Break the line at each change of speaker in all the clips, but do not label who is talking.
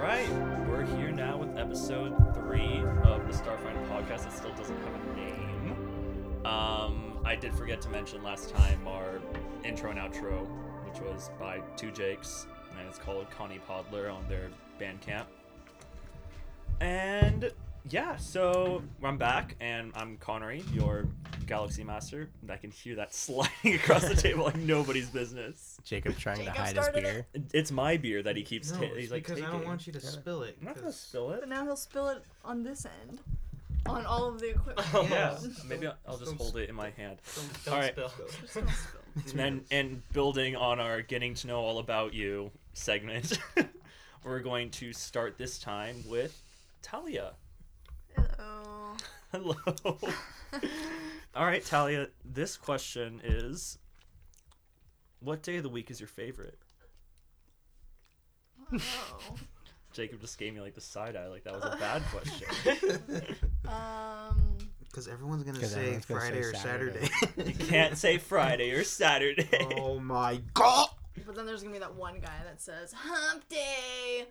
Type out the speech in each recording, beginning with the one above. right, we're here now with episode three of the Starfind podcast. It still doesn't have a name. Um, I did forget to mention last time our intro and outro, which was by Two Jakes, and it's called Connie Podler on their Bandcamp. And yeah, so I'm back, and I'm Connery, your Galaxy Master. And I can hear that sliding across the table like nobody's business.
Jacob trying
Jacob
to hide his
started it.
beer.
It's my beer that he keeps.
No,
ta-
it's
he's like
because
taking.
I don't want you to spill it.
I'm not gonna
'cause-
spill it.
But now he'll spill it on this end, on all of the equipment.
Oh,
Yeah,
Yeah.
maybe I'll, I'll just
Don't
hold it in my hand.
Don't, don't
All right.
spill.
Just don't spill.
And and building on our getting to know all about you segment, we're going to start this time with Talia.
Hello.
Hello. all right, Talia. This question is, what day of the week is your favorite?
Oh.
Jacob just gave me like the side eye, like that was a bad question.
Um.
Because everyone's gonna
'Cause
say
everyone's gonna
Friday
say
or
Saturday.
Saturday.
You can't say Friday or Saturday.
oh my god!
But then there's gonna be that one guy that says Hump Day.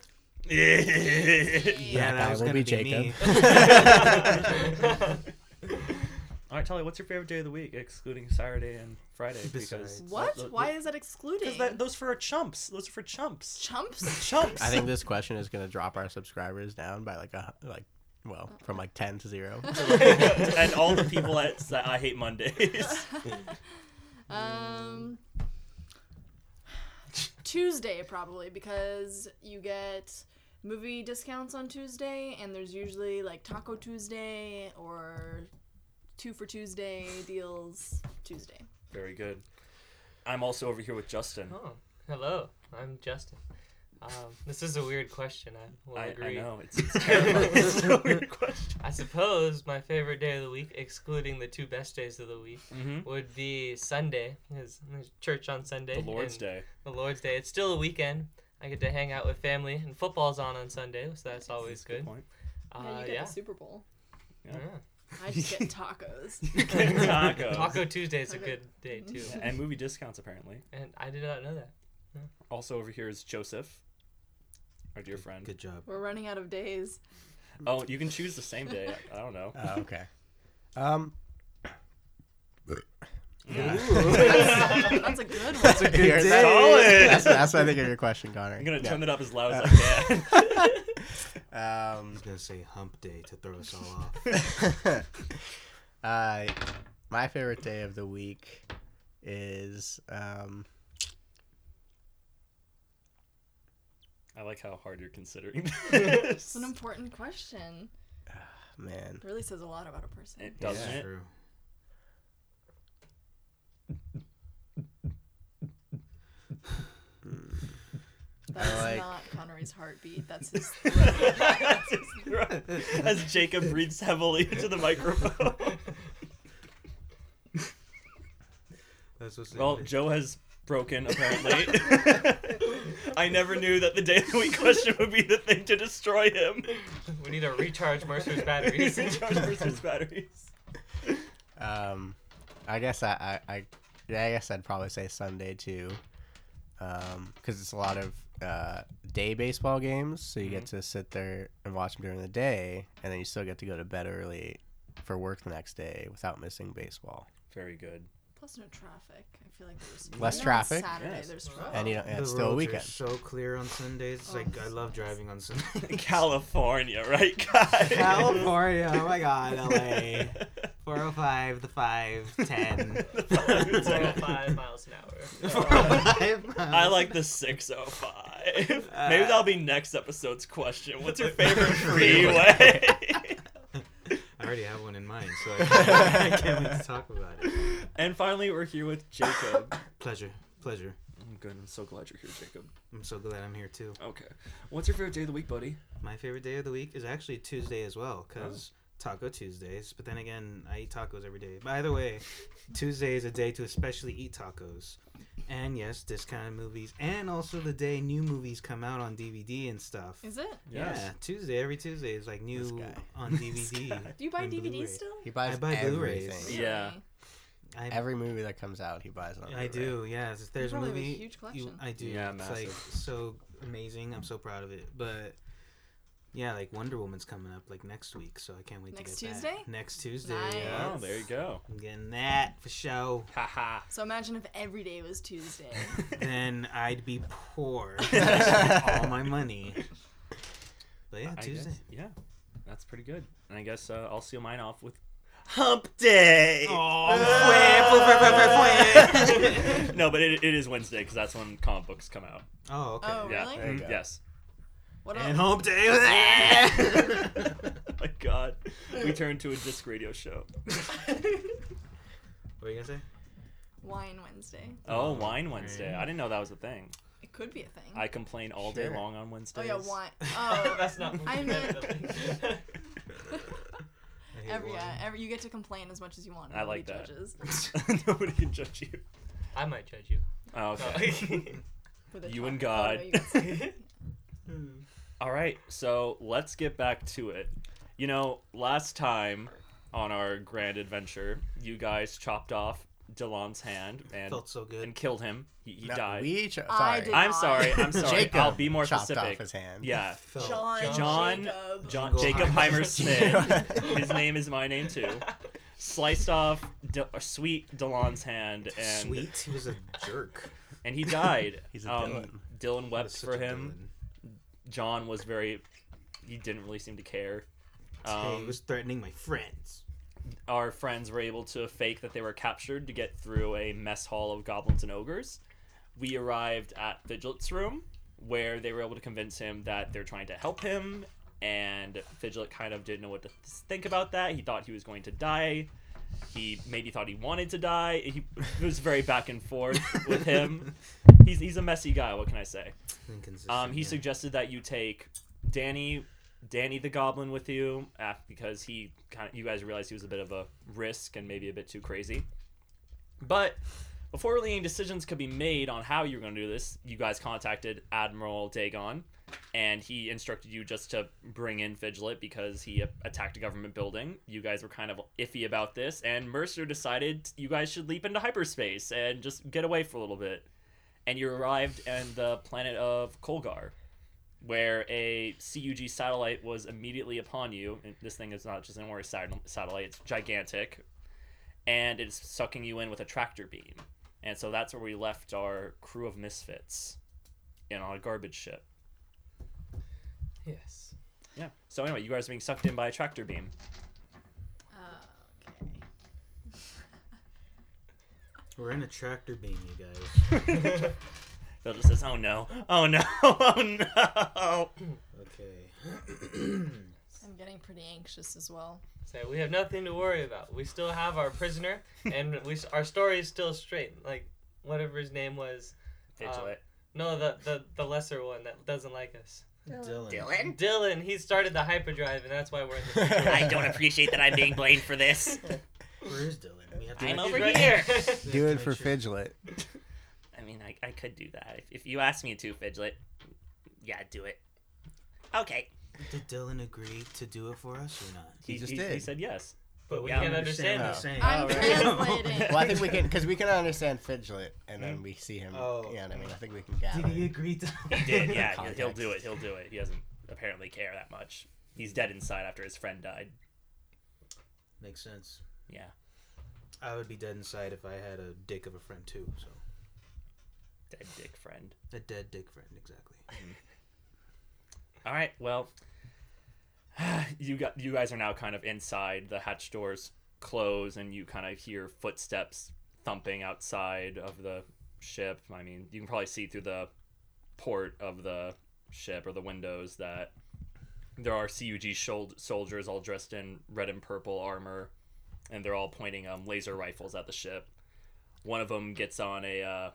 yeah.
Yeah, that will be
Jacob. All right, Tali, what's your favorite day of the week, excluding Saturday and Friday? Because
Besides-
What?
Th-
Why
th-
is that excluding?
Because that, those for chumps. Those are for chumps.
Chumps.
Chumps.
I think this question is gonna drop our subscribers down by like a like well from like ten to zero.
and all the people that say I hate Mondays.
Um. Tuesday probably because you get movie discounts on Tuesday and there's usually like Taco Tuesday or two for Tuesday deals Tuesday.
Very good. I'm also over here with Justin.
Oh, hello. I'm Justin. Um, this is a weird question. I will
I, I
agree.
know it's, it's terrible. it's a weird question.
I suppose my favorite day of the week, excluding the two best days of the week,
Mm-hmm.
would be Sunday. There's, there's church on Sunday.
The Lord's
and
Day.
The Lord's Day. It's still a weekend. I get to hang out with family, and football's on on Sunday, so that's always good.
point.
yeah,
Uh,
you get
yeah.
the Super Bowl.
Yeah.
I just get tacos.
Get
yeah.
tacos.
Taco Tuesday is a
Taco-
good day too,
And movie discounts apparently.
and I did not know that.
Also over here is Joseph, our dear friend.
Good job.
We're running out of days.
Oh, you can choose the same day. I don't
Uh,
know.
Oh, okay. Um. Yeah.
That's a good one.
a good
day.
That's, that's what I think of your question, Connor.
I'm gonna
Yeah.
turn it up as loud as I can.
Um,
He's gonna say Hump Day to throw us all off.
uh, my favorite day of the week is um,
I like how hard you're considering. this.
It's an important question.
man.
It really says a lot about a person.
It doesn't
It's
it?
true.
That's
like-
not Connery's heartbeat. That's his.
That's his throat. As Jacob breathes heavily into the microphone.
That's what's
Well, Joe has broken apparently. I never knew that the day of the week question would be the thing to destroy him.
We need to recharge Mercer's batteries.
Recharge versus batteries.
Um, I guess I, I, I, yeah, I guess I'd probably say Sunday too, Um, 'cause because it's a lot of uh, day baseball games, so you
Mm-hmm.
get to sit there and watch them during the day, and then you still get to go to bed early for work the next day without missing baseball.
Very good.
Plus, no traffic. I feel like there's
Less
even on
traffic?
Saturday,
Yes.
there's
Wow.
traffic.
And you know, and
the
it's still a
roads are
weekend.
so clear on Sundays. It's
Oh,
like I
so
love
nice.
driving on Sundays.
California, right, guys?
California, oh my god, LA. 405, the 5, 10.
405 miles an hour. Uh,
405
I like the 605. Maybe
Uh,
that'll be next episode's question. What's your favorite freeway?
I already have one in mind, so I can't, I can't wait to talk about it.
and finally, we're here with Jacob.
Pleasure, pleasure.
I'm good. Oh, I'm so glad you're here, Jacob.
I'm so glad I'm here too.
Okay. What's your favorite day of the week, buddy?
My favorite day of the week is actually Tuesday as well, because
Oh.
Taco Tuesdays. But then again, I eat tacos every day. By the way, Tuesday is a day to especially eat tacos. And yes, discounted movies, and also the day new movies come out on DVD and stuff.
Is it?
Yeah, Tuesday every Tuesday is like
This
new
guy.
on DVD.
Do you buy
and
DVDs
Blu-ray.
still?
He buys
I buy Blu-rays.
everything.
Yeah.
Really?
I,
Every movie that comes out, he buys it on Blu-ray.
I do. Yeah, if there's a
probably have a
movie,
huge
you-
collection.
I do.
Yeah,
it's like
massive.
so amazing. I'm so proud of it. But Yeah, like Wonder Woman's coming up like next week, so I can't wait
Next
to get
Tuesday?
that. Next Tuesday.
Nice.
Yeah.
Oh, there you go.
I'm getting that for show.
Haha.
So imagine if every day was Tuesday.
then I'd be poor. I spent all my money. But yeah,
I
Tuesday.
guess- yeah, that's pretty good. And I guess uh, I'll seal mine off with
Hump day.
Oh,
no, but it, it is Wednesday because that's when comic books come out.
Oh, okay.
Oh,
yeah. Mm-hmm.
really?
There you go.
Yes.
What else?
And home day.
My God, we turned to a disc radio show.
What were you gonna say?
Wine Wednesday.
Oh, Wine Wednesday. I didn't know that was a thing.
It could be a thing.
I complain all day
Sure.
long on
oh
Wednesdays.
yeah, wine. Oh,
That's not.
I meant-
I hate
every,
wine.
yeah, every you get to complain as much as you want.
I
Nobody
like that.
Judges.
Nobody can judge you.
I might judge you.
Oh, okay.
With a
You and
talk. Oh, no,
God.
you can say-
All right, so let's get back to it. You know, last time on our grand adventure, you guys chopped off Delon's hand and
Felt so good.
and killed him. He, he died.
We cho- sorry.
I did-
I'm sorry. I'm sorry.
Jacob
I'll be more
chopped
specific.
off his hand.
Yeah.
Felt-
John.
John-
Jacob.
John
Jingle
Jacob Heimer
Heimer
Smith. His name is my name too. Sliced off De- uh, sweet Delon's hand and
Sweet. He was a jerk.
and he died.
He's a
um, Dylan.
He
wept
was such
for
a
him.
villain.
John was very. He didn't really seem to care.
Hey, he
Um,
was threatening my friends.
our friends were able to fake that they were captured to get through a mess hall of goblins and ogres. We arrived at Fidget's room, where they were able to convince him that they're trying to help him, and Fidget kind of didn't know what to th- think about that. He thought he was going to die. He maybe thought he wanted to die. He it was very back and forth with him. He's, he's a messy guy. What can I say?
Inconsistent.
Um, he
yeah.
suggested that you take Danny, Danny the Goblin, with you uh, because he kind of you guys realized he was a bit of a risk and maybe a bit too crazy. But before really any decisions could be made on how you were going to do this, you guys contacted Admiral Dagon, and he instructed you just to bring in Fidget because he a- attacked a government building. You guys were kind of iffy about this, and Mercer decided you guys should leap into hyperspace and just get away for a little bit and you arrived on the planet of Kolgar, where a CUG satellite was immediately upon you. And this thing is not just an ordinary sat- satellite; it's gigantic, and it's sucking you in with a tractor beam. And so that's where we left our crew of misfits, in on a garbage ship.
yes.
Yeah. So anyway, you guys are being sucked in by a tractor beam.
Uh, okay.
We're in a tractor beam, you guys.
Phil just says, "Oh no! Oh no! Oh no!"
Okay.
I'm getting pretty anxious as well.
So we have nothing to worry about. We still have our prisoner, and we s- our story is still straight. Like whatever his name was.
Fidget.
No, the the, the lesser one that doesn't like us.
Dylan.
Dylan. He started the hyperdrive, and that's why we're in the.
I don't appreciate that I'm being blamed for this.
Where is Dylan? We have
I'm
make
over
sure-
here.
we have
Do
to
it
make
for
sure-
Fidget.
I mean, I, I could do that. If, if you ask me to, Fidget, yeah, do it. Okay.
Did Dylan agree to do it for us or not?
He just did.
He said yes.
But we
Yeah, I
can't understand.
what
that.
he's saying.
I'm
Oh, right.
translating.
Well, I think we can because we can understand Fidget, and then we see him.
Oh.
Yeah, I mean, I think we can
Did he
gather.
agree to?
He did. Yeah, he'll- he'll
Context.
do it. He'll do it. He doesn't apparently care that much. He's dead inside after his friend died.
Makes sense.
Yeah,
I would be dead inside if I had a dick of a friend too. So
dead dick friend.
a dead dick friend, exactly.
All right. Well, you got you guys are now kind of inside. The hatch doors close, and you kind of hear footsteps thumping outside of the ship. I mean, you can probably see through the port of the ship or the windows that there are CUG shol- soldiers all dressed in red and purple armor, and they're all pointing um, laser rifles at the ship. One of them gets on a uh,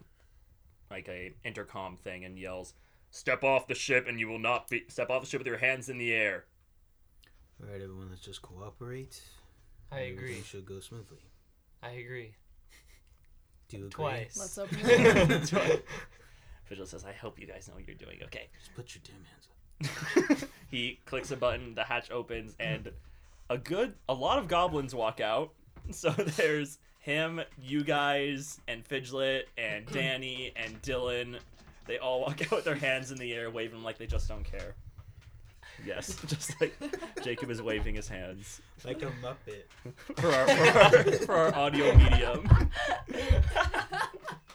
like a intercom thing and yells, "Step off the ship, and you will not be step off the ship with your hands in the air."
All right, everyone, let's just cooperate.
I agree.
Everything should go smoothly.
I agree.
Do you agree?
Twice.
Let's hope you.
Vigil says, "I hope you guys know what you're doing." Okay.
Just put your damn hands up.
he clicks a button, the hatch opens, and a good a lot of goblins walk out. So there's him, you guys, and Fidget, and Danny, and Dylan. They all walk out with their hands in the air, waving like they just don't care. Yes, just like Jacob is waving his hands
like a muppet.
for our, for our, for our audio medium.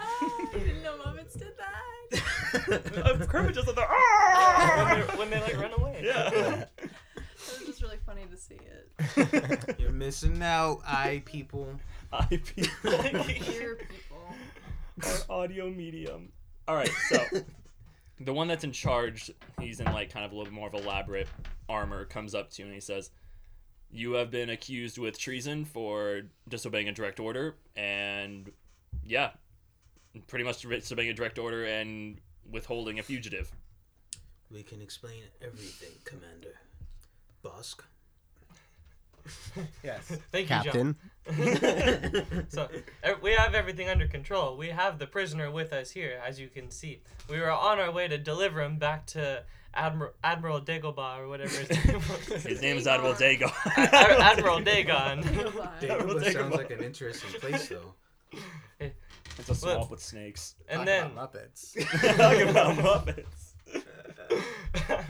oh, I didn't know Muppets did that.
Uh, Kermit just like the ah!
when, they when they like run away.
Yeah.
It was just really funny to see it.
You're missing out, I people.
IP.
Queer people.
our audio medium. All right, so the one that's in charge, he's in like kind of a little bit more of elaborate armor, comes up to you and he says, "You have been accused with treason for disobeying a direct order, and yeah, pretty much disobeying a direct order and withholding a fugitive."
We can explain everything, Commander. Bosk.
Yes.
Thank
Captain.
you, John. so er, we have everything under control. We have the prisoner with us here, as you can see. We were on our way to deliver him back to Admiral Admiral Dagobah or whatever his name was.
His name is Admiral Dagon.
Ad- Admiral Dagon.
Goodbye.
We'll
Dagobah
take a
sounds like
look.
an interesting place, though.
It's a swamp with snakes.
And
Talk
then
about Muppets.
Talking about Muppets.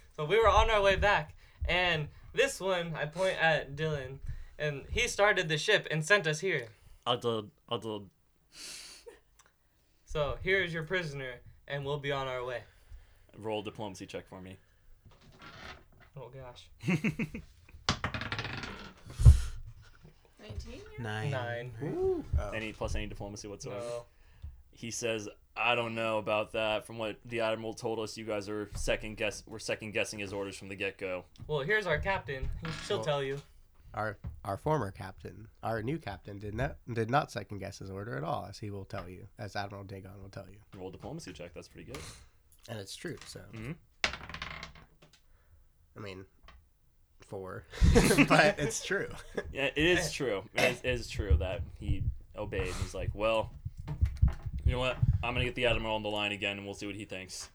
so we were on our way back, and this one I point at Dylan, and he started the ship and sent us here.
Adl, adl.
So here is your prisoner, and we'll be on our way.
Roll diplomacy check for me.
Oh gosh,
19 years?
Nine.
nine.
Oh.
Any plus any diplomacy whatsoever.
No.
he says, "I don't know about that. From what the admiral told us, you guys are second guess. We're second guessing his orders from the get go.
Well, here's our captain. She'll
Well-
tell you.
Our our former captain, our new captain, did not did not second guess his order at all, as he will tell you, as Admiral Dagon will tell you,
Roll diplomacy check. That's pretty good.
and it's true. So,
Mhm.
I mean, four, but it's true.
Yeah, it is true. It is, it is true that he obeyed. He's like, well, you know what? I'm gonna get the admiral on the line again, and we'll see what he thinks.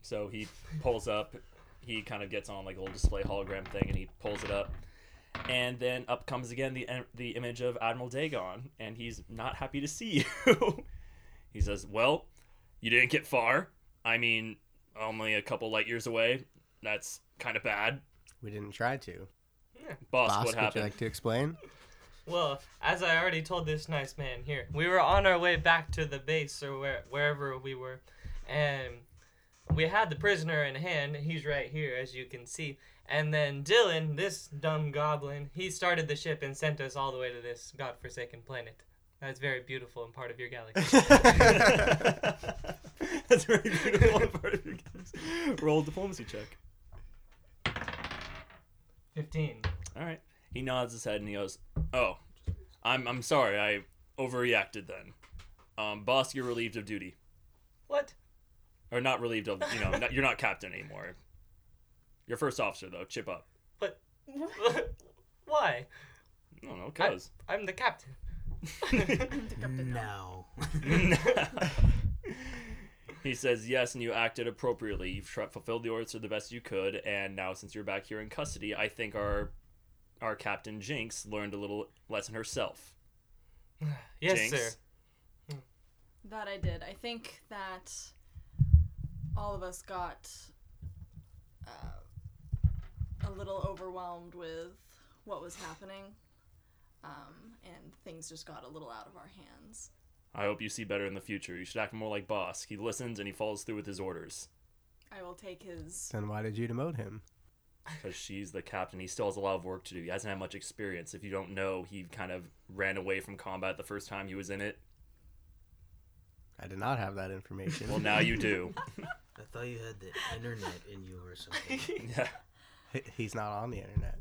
So he pulls up. He kind of gets on like a little display hologram thing, and he pulls it up. And then up comes again the im- the image of Admiral Dagon, and he's not happy to see you. he says, "Well, you didn't get far. I mean, only a couple light years away. That's kind of bad,
We didn't try to.
boss.
Boss,
what
would you
happened?"
like to explain?
Well, as I already told this nice man here, we were on our way back to the base or where, wherever we were, and we had the prisoner in hand. He's right here, as you can see. And then Dylan, this dumb goblin, he started the ship and sent us all the way to this godforsaken planet. That's very beautiful and part of your galaxy.
That's very beautiful and part of your games. Roll diplomacy check.
15.
All right. He nods his head and he goes, "Oh, I'm I'm sorry. I overreacted then. Um, boss, you're relieved of duty,
What?
or not relieved of. You know, not, you're not captain anymore. You're first officer though. Chip up.
What? Why?
I don't know, cause.
I'm the captain.
Now.
he says yes, and you acted appropriately. You've tr- fulfilled the orders to the best you could, and now since you're back here in custody, I think our our captain Jinx learned a little lesson herself.
Yes,
Jinx.
sir.
That I did. I think that all of us got uh, a little overwhelmed with what was happening, um, and things just got a little out of our hands.
I hope you see better in the future. You should act more like boss. He listens and he follows through with his orders.
I will take his.
Then why did you demote him?
Because she's the captain. He still has a lot of work to do. He hasn't had much experience. If you don't know, he kind of ran away from combat the first time he was in it.
I did not have that information.
Well, now you do.
I thought you had the internet in you or something.
yeah.
He- He's not on the internet.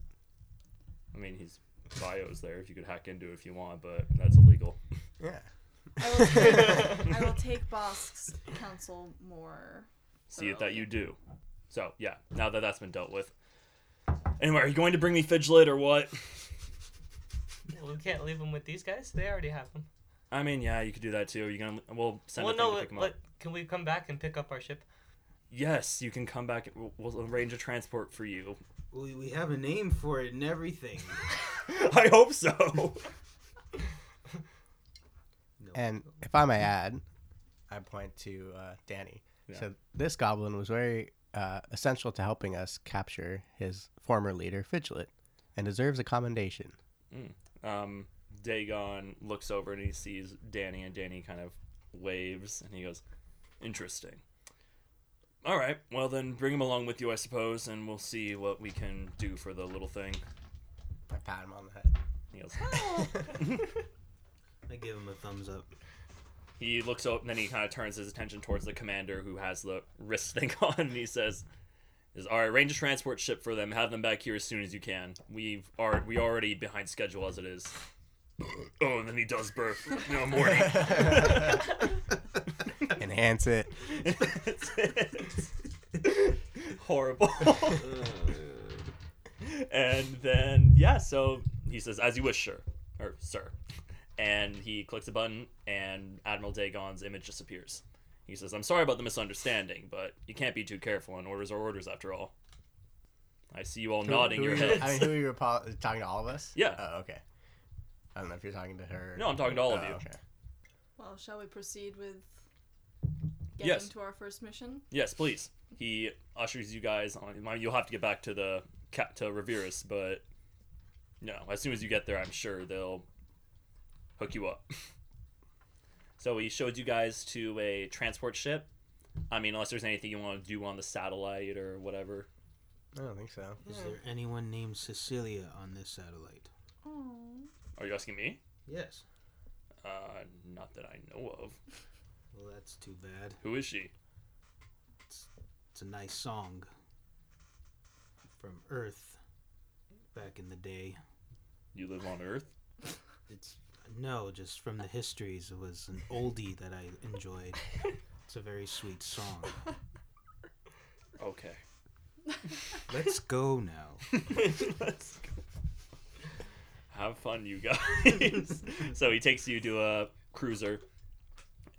I mean, his bio's there if you could hack into it if you want, but that's illegal.
Yeah.
I will take, I will take Bosk's counsel more.
See it that you do. So, yeah, now that that's been dealt with. Anyway, are you going to bring me Fidget or what?
We can't leave him with these guys. They already have him.
I mean, yeah, you could do that too. You're gonna we'll send
well,
a thing
no,
to pick him
but
up.
can we come back and pick up our ship?
Yes, you can come back. We'll, we'll arrange a transport for you.
we, we have a name for it and everything.
I hope so.
No.
And if I may add, I point to uh, Danny.
Yeah.
So this goblin was very uh, essential to helping us capture his former leader, Fidget, and deserves a commendation.
Um, Dagon looks over and he sees Danny, and Danny kind of waves, and he goes, "Interesting. All right, well then, bring him along with you, I suppose, and we'll see what we can do for the little thing."
I pat him on the head.
He goes.
I give him a thumbs up.
He looks up, and then he kind of turns his attention towards the commander who has the wrist thing on, and he says, "Is all right. Arrange a transport ship for them. Have them back here as soon as you can. We've are we already behind schedule as it is." Oh, and then he does burp. No morning.
Enhance it.
horrible.
Uh,
and then yeah, so he says, "As you wish, sir," or "Sir," and he clicks a button, and Admiral Dagon's image disappears. He says, "I'm sorry about the misunderstanding, but you can't be too careful, and orders are orders after all." I see you all nodding
Who
your
are you-
heads.
I mean, who are you apo- talking to all of us?
Yeah.
Oh, okay. I don't know if you're talking to her.
No, I'm talking to all of
Oh,
you.
Okay.
Well, shall we proceed with getting
Yes.
to our first mission?
Yes, please. He ushers you guys on. mind You'll have to get back to the cat to Revirus, but no. As soon as you get there, I'm sure they'll hook you up. so he showed you guys to a transport ship. I mean, unless there's anything you want to do on the satellite or whatever.
I don't think so.
Is there anyone named Cecilia on this satellite?
Oh.
Are you asking me?
Yes.
Uh, not that I know of.
Well, that's too bad.
Who is she?
It's a nice song from Earth back in the day.
You live on Earth?
It's no, just from the histories. It was an oldie that I enjoyed. It's a very sweet song.
Okay.
Let's go now.
Let's go. Have fun, you guys. so he takes you to a cruiser,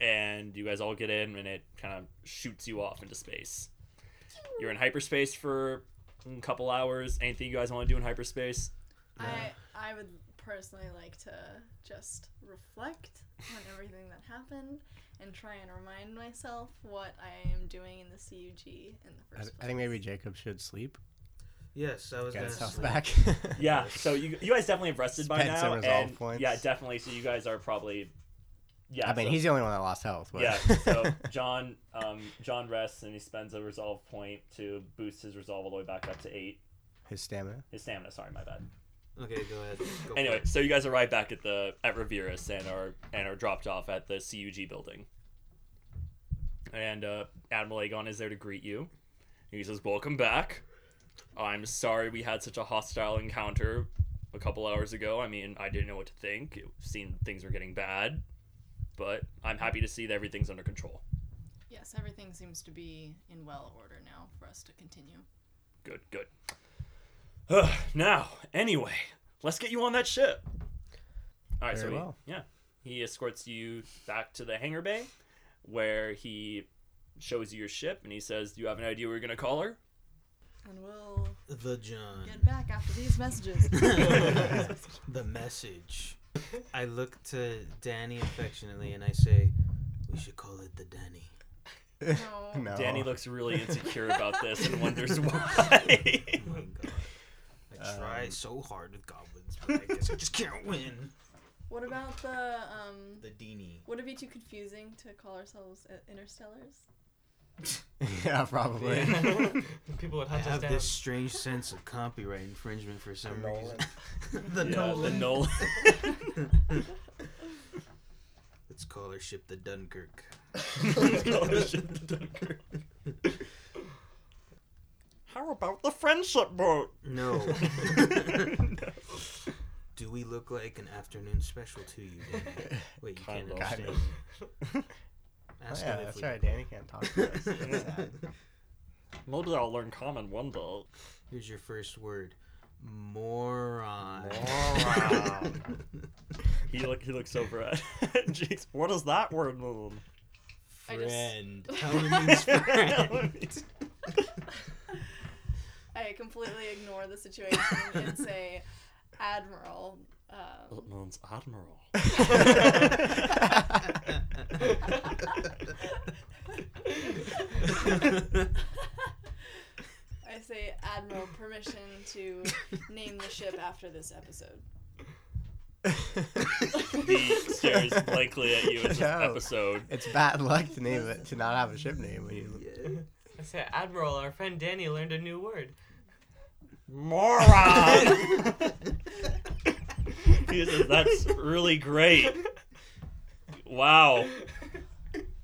and you guys all get in, and it kind of shoots you off into space. You're in hyperspace for a couple hours. Anything you guys want to do in hyperspace?
Uh,
I I would personally like to just reflect on everything that happened and try and remind myself what I am doing in the CUG in
I,
the first
I
place.
think maybe Jacob should sleep.
Yes, I was
Get
gonna.
his health
say-
back.
Yeah. So you you guys definitely have rested by
Spend
now.
some resolve
and-
points.
Yeah, definitely. So you guys are probably. Yeah.
I mean,
so-
he's the only one that lost health. But...
Yeah, so John um, John rests and he spends a resolve point to boost his resolve all the way back up to eight.
his stamina.
His stamina, sorry, my bad.
Okay, go ahead. Go for it.
Anyway, so you guys arrive back at the at Revirus and are and are dropped off at the CUG building. And uh, Admiral Aegon is there to greet you. He says, "Welcome back. I'm sorry we had such a hostile encounter a couple hours ago. I mean, I didn't know what to think. It seemed things were getting bad, but I'm happy to see that everything's under control.
Yes, everything seems to be in well order now for us to continue.
Good, good. Ugh, now, anyway, let's get you on that ship. All right,
Very
so
well.
he, yeah, he escorts you back to the hangar bay, where he shows you your ship, and he says, "Do you have an idea what you're gonna call her?"
And we'll
the John,
get back after these messages.
the message. I look to Danny affectionately and I say, "We should call it the Danny."
No.
No.
Danny looks really insecure about this and wonders why.
Oh my god. I try so hard with goblins, but I guess I just can't win.
What about the um?
The E. Dini.
Would it be too confusing to call ourselves uh, interstellars?
yeah, probably.
People would
I
hunt us
have
down.
this strange sense of copyright infringement for some reason. the
yeah, the Nolan.
Let's call her ship the Dunkirk.
How about the friendship boat?
No. Do we look like an afternoon special to you, Danny? Wait, you can't
Kind of.
understand.
Kind Oh,
Ask
yeah,
him if
that's
we-
right. Danny can't talk to us. That's sad.
Maybe I'll learn common one day.
Here's your first word. Moron.
He look he looks over at Jinx. What does that word mean?
I just-
Friend. Tell him he means friend.
I completely ignore the situation and say, Admiral. Um,
it means admiral.
permission to name the ship after this episode.
He stares blankly at you in this
No.
episode.
It's bad luck to name it to not have a ship name when you
I said, Admiral, our friend Danny learned a new word.
Moron! he says, That's really great. Wow.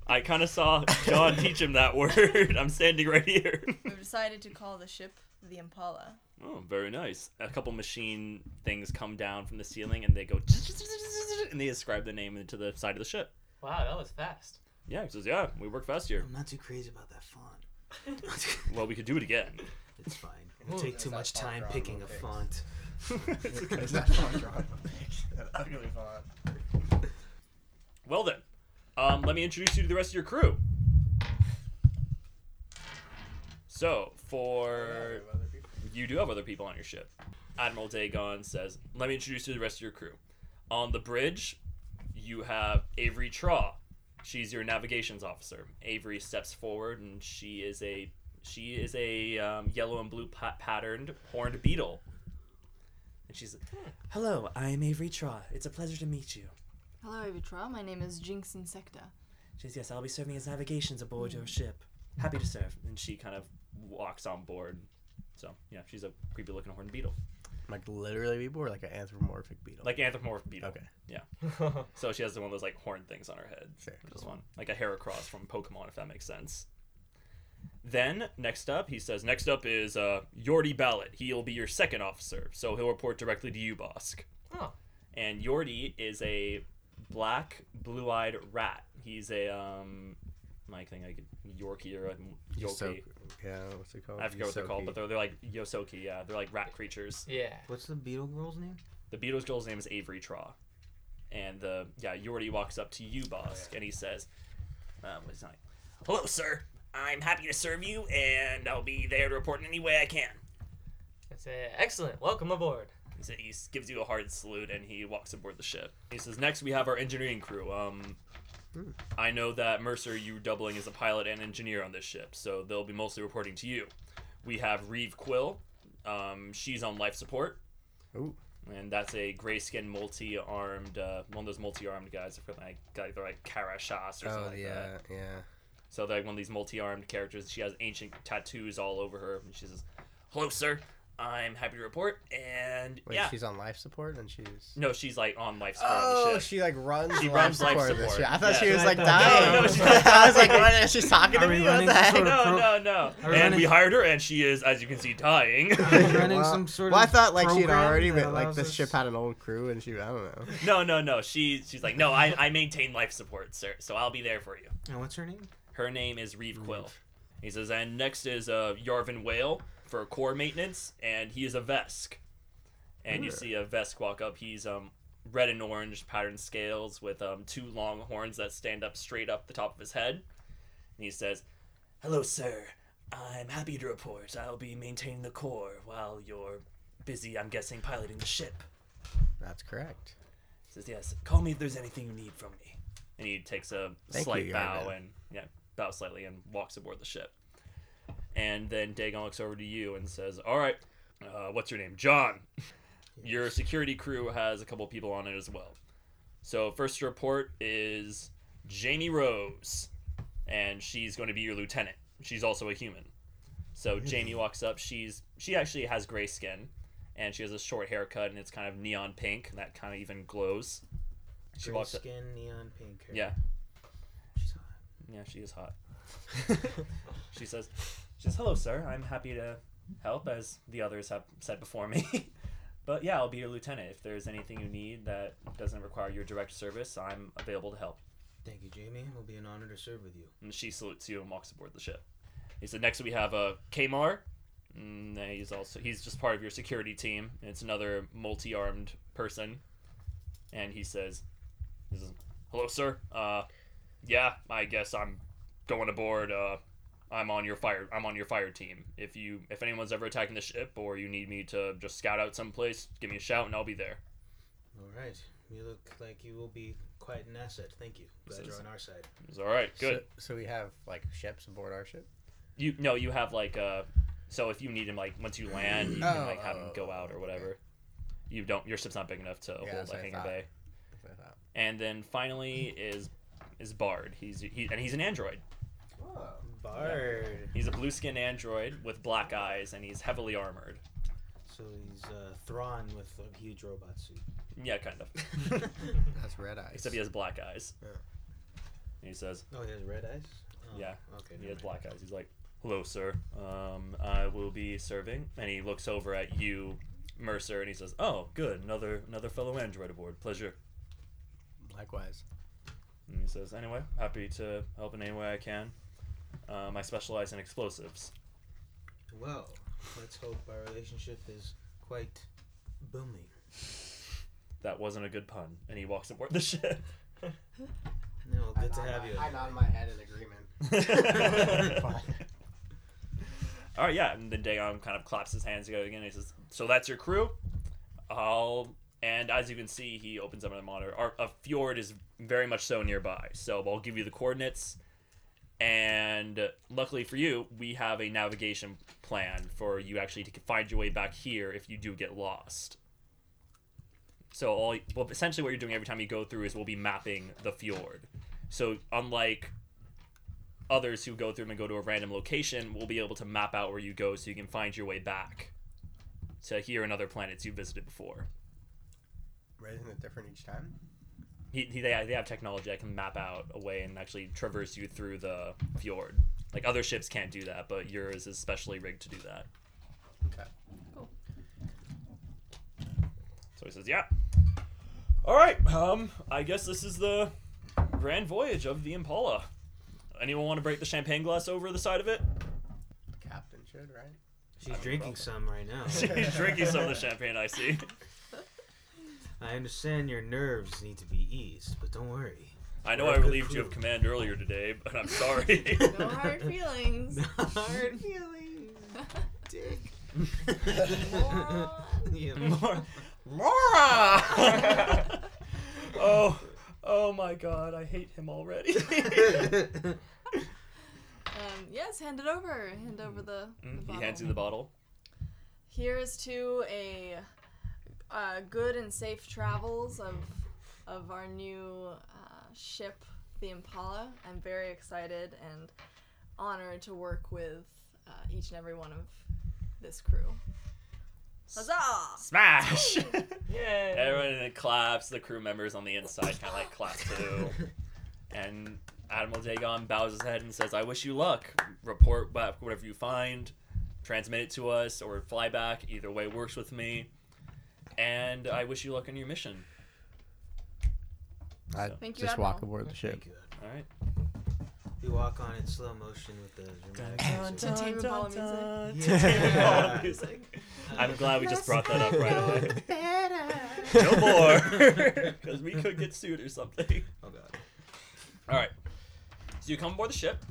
I kind of saw John teach him that word. I'm standing right here.
We've decided to call the ship the Impala.
Oh, very nice. A couple machine things come down from the ceiling and they go and they ascribe the name to the side of the ship.
Wow, that was fast.
Yeah, he says, Yeah, we work fast here.
I'm not too crazy about that font.
Well, we could do it again.
it's fine. It'll
Ooh,
take too
that
much
font
time
drawn
picking a
real fix.
font.
It's that font drawn. That ugly font.
Well then, um, let me introduce you to the rest of your crew. So, for you do have other people on your ship. Admiral Dagon says, "Let me introduce you to the rest of your crew." On the bridge, you have Avery Traw. She's your navigations officer. Avery steps forward, and she is a she is a um, yellow and blue pa- patterned horned beetle. And she's, "Hmm, "Hello, I am Avery Traw. It's a pleasure to meet you."
Hello, Avitra. My name is Jinx Insecta.
She says, Yes, I'll be serving as navigations aboard your ship. Happy to serve. And she kind of walks on board. So, yeah, she's a creepy looking horned beetle.
Like literally beetle or like an anthropomorphic beetle?
Like anthropomorphic beetle.
Okay.
So she has one of those like horn things on her head.
Sure.
Which is fun. Like a Heracross from Pokemon, if that makes sense. Then, next up, he says, Next up is uh, Yordi Ballot. He'll be your second officer. So he'll report directly to you, Bosk.
Oh.
And Yordi is a black, blue eyed rat. He's a, um, my thing, like a Yorkie or a Yoki.
Yosoku. Yeah, what's it called?
I forget what they're called,
Yosoku.
but they're, they're like Yosoki, yeah. They're like rat creatures.
Yeah.
What's the Beetle girl's name?
The Beatles girl's name is Avery Traw. And the, yeah, Yordi walks up to you, Bosk, and he says, um, what's his name? Hello, sir. I'm happy to serve you, and I'll be there to report in any way I can.
I said, excellent. Welcome aboard.
He sa- He s- gives you a hard salute and he walks aboard the ship. He says, "Next, we have our engineering crew. Um,
Hmm.
I know that Mercer, you doubling as a pilot and engineer on this ship, so they'll be mostly reporting to you. We have Reeve Quill. Um, she's on life support.
Ooh.
And that's a gray-skinned, multi-armed, uh, one of those multi-armed guys. I forget, like, like they're like Karashas or something
Oh
like that.
yeah, yeah.
So they're like one of these multi-armed characters. She has ancient tattoos all over her, and she says, "Hello, sir. I'm happy to report." And
Wait,
yeah,
she's on life support and she's.
no, she's like on life support. on
Oh,
the ship.
she like runs.
She
life
runs life
support. this
support,
year. I thought she
yeah.
was like
No,
dying.
no, she's not
I was like,
dying.
what? Is she talking to
Are we
me? What
running
the
some
heck?
sort of-
No,
Pro-
no, no.
Are we
And we
running-
hired her, and she is, as you can see, dying.
running
Well,
some sort
well, I
of
thought like she had
program
already
that
been like
allows
this
us-
ship had an old crew and she I don't know.
no, no, no. She, she's like, no, I, I maintain life support, sir. So I'll be there for you.
And what's her name?
Her name is Reeve Quill. He says, and next is uh, Yarvin Whale for core maintenance, and he is a Vesk. And you see a Vesk walk up. He's um red and orange patterned scales with um two long horns that stand up straight up the top of his head. And he says, "Hello, sir. I'm happy to report I'll be maintaining the core while you're busy. I'm guessing piloting the ship."
That's correct.
says, "Yes, call me if there's anything you need from me." And he takes a
Thank
slight
you,
bow
Yarvan.
and yeah, bow slightly and walks aboard the ship. And then Dagon looks over to you and says, "All right, uh, what's your name, John? Your security crew has a couple people on it as well. So first to report is Jamie Rose, and she's going to be your lieutenant. She's also a human. So Jamie walks up. She's she actually has gray skin." And she has a short haircut, and it's kind of neon pink, and that kind of even glows. She
Gray
walks up.
skin, neon pink hair.
Yeah,
She's hot.
yeah, she is hot. she says, she says, hello, sir. I'm happy to help, as the others have said before me. but yeah, I'll be your lieutenant. If there's anything you need that doesn't require your direct service, I'm available to help.
Thank you, Jamie. It will be an honor to serve with you.
And she salutes you and walks aboard the ship. He said, next we have uh, Kamar. And he's also he's just part of your security team. And it's another multi-armed person. And he says, he says hello, sir. Uh, yeah, I guess I'm going aboard. Uh, I'm on your fire. I'm on your fire team. If you if anyone's ever attacking the ship or you need me to just scout out someplace, give me a shout and I'll be there.
All right. You look like you will be quite an asset. Thank you.
This
Glad
is-
you're on our side.
He's all right. Good.
So, so we have like ships aboard our ship.
you no, you have like uh, So if you need him, like once you land, you can
Oh,
like have him
oh,
go out or whatever. You don't. Your ship's not big enough to
Yeah,
hold
that's
a
what I
hangar
thought.
bay. And then finally is is Bard. He's he, and he's an android.
Bard.
He's a blue skinned android with black eyes, and he's heavily armored.
So he's uh, Thrawn with a huge robot suit.
Yeah, kind of.
That's red eyes.
Except he has black eyes.
Yeah.
And he says,
oh, he has red eyes. Oh,
Yeah.
Okay.
He
never
has
mind.
black eyes. He's like, "Hello, sir. Um, I will be serving." And he looks over at you, Mercer, and he says, "Oh, good. Another another fellow android aboard. Pleasure."
Likewise.
And he says, "Anyway, happy to help in any way I can. Um, I specialize in explosives."
Well, let's hope our relationship is quite booming.
That wasn't a good pun. And he walks aboard the ship.
No, good to have you.
I nod my head in agreement.
All right, yeah. And then Dagon kind of claps his hands together again. And he says, "So that's your crew." I'll. And as you can see, he opens up another monitor. Our, a fjord is very much so nearby. So I'll give you the coordinates. And luckily for you, we have a navigation plan for you actually to find your way back here if you do get lost. So all well, essentially what you're doing every time you go through is we'll be mapping the fjord. So unlike others who go through them and go to a random location will be able to map out where you go so you can find your way back to here and other planets you visited before.
Raising it different each time.
He, he, they, they have technology that can map out a way and actually traverse you through the fjord. Like other ships can't do that, but yours is specially rigged to do that.
Okay.
So he says, "Yeah, all right. Um, I guess this is the grand voyage of the Impala. Anyone want to break the champagne glass over the side of it?
Captain should, right?
She's drinking some right now.
She's drinking some of the champagne. I see.
I understand your nerves need to be eased, but don't worry.
I know
We're
I
a good
relieved you of
crew.
command earlier today, but I'm sorry."
No hard feelings.
Hard feelings, dick.
Um,
yeah,
Laura. Laura! oh, oh my God! I hate him already. Mm,
Um, yes, hand it over. Hand over the. the
Mm, he
bottle.
hands you the bottle.
Here is to a uh, good and safe travels of of our new uh, ship, the Impala. I'm very excited and honored to work with uh, each and every one of this crew. Huzzah!
Smash!
Yeah.
Everyone in it claps. The crew members on the inside kind of like clap too. And Admiral Dagon bows his head and says, "I wish you luck. Report back whatever you find, transmit it to us, or fly back. Either way works with me. And I wish you luck on your mission."
I
So,
Thank you,
just walk
Admiral.
aboard the ship.
Thank you.
all right.
We walk on in slow motion with the dramatic music.
dun, Tame Impala dun,
music.
Tame Impala
Yeah.
music. I'm glad we just brought that up right away. No more, because we could get sued or something.
Oh god.
All right. So you come aboard the ship,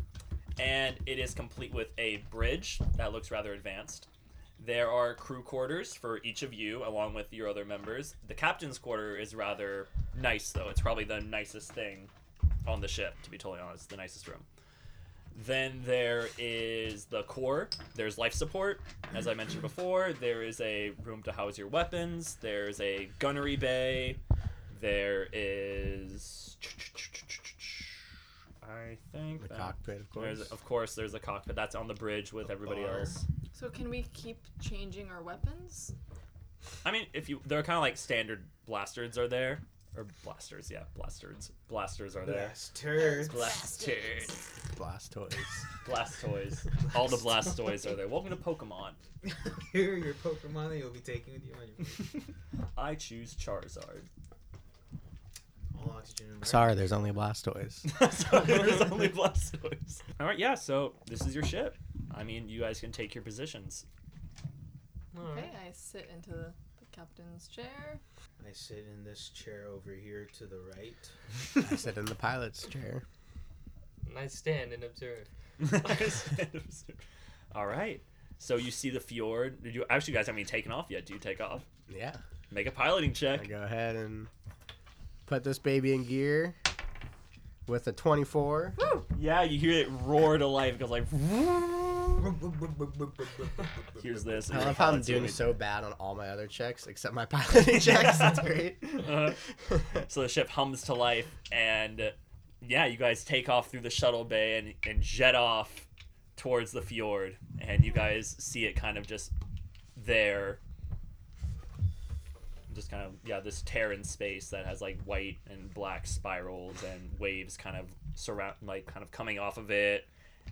and it is complete with a bridge that looks rather advanced. There are crew quarters for each of you, along with your other members. The captain's quarter is rather nice, though. It's probably the nicest thing on the ship, to be totally honest, the nicest room. Then there is the core. There's life support, as I mentioned before. There is a room to house your weapons. There's a gunnery bay. There is. I think.
The
that-
cockpit, of course.
There's, of course, there's a cockpit that's on the bridge with
A
everybody
bar.
else.
So can we keep changing our weapons?
I mean, if you, they're kind of like standard blasters are there, or blasters, yeah, blasters, blasters are there.
Blaster.
Blasters,
Blastoise.
blast toys, all the blast toys are there. Welcome to Pokemon.
Here are your Pokemon that you'll be taking with you on your
I choose Charizard.
all oxygen. and
Sorry, there's only Blastoise.
so there's only Blastoise. All right, yeah. So this is your ship. I mean, you guys can take your positions.
Okay, I sit into the, the captain's chair.
I sit in this chair over here to the right.
I sit in the pilot's chair.
And I stand and observe.
all right. So you see the fjord. Did you actually, you guys haven't even taken off yet? Do you take off?
Yeah.
Make a piloting
I
check.
go ahead and put this baby in gear with a 24.
Yeah, you hear it roar to life. It goes like, Here's this.
I love how I'm doing so bad on all my other checks except my piloting checks. That's great.
Uh-huh. So the ship hums to life, and uh, yeah, you guys take off through the shuttle bay and, and jet off towards the fjord, and you guys see it kind of just there. Just kind of, yeah, this tear in space that has like white and black spirals and waves kind of surround, like kind of coming off of it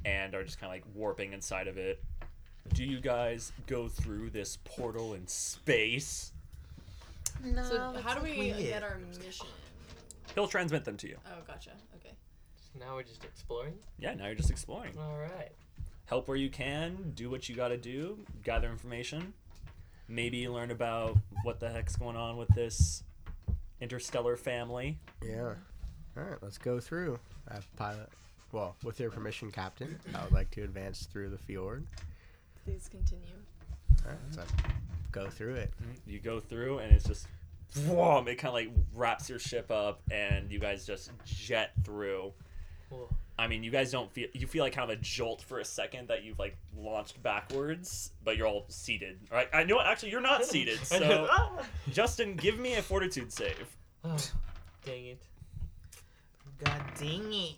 and are just kind of like warping inside of it. Do you guys go through this portal in space?
No,
So how do we
weird.
get our mission?
He'll transmit them to you.
Oh, gotcha. Okay.
Now we're just exploring.
Yeah, now you're just exploring.
All right.
help where you can, do what you got to do, gather information, maybe learn about what the heck's going on with this interstellar family.
Yeah. All right, let's go through. Uh, pilot. Well, with your permission, Captain, I would like to advance through the fjord.
Please continue.
All right, so go through it.
Mm-hmm.
You go through, and it's just, whoom, it kind of like wraps your ship up, and you guys just jet through.
Cool.
I mean, you guys don't feel you feel like kind of a jolt for a second that you've like launched backwards, but you're all seated. All right, I know actually you're not seated.
I
So
know. Ah!
Justin, give me a fortitude save.
Oh, dang it.
God dang it.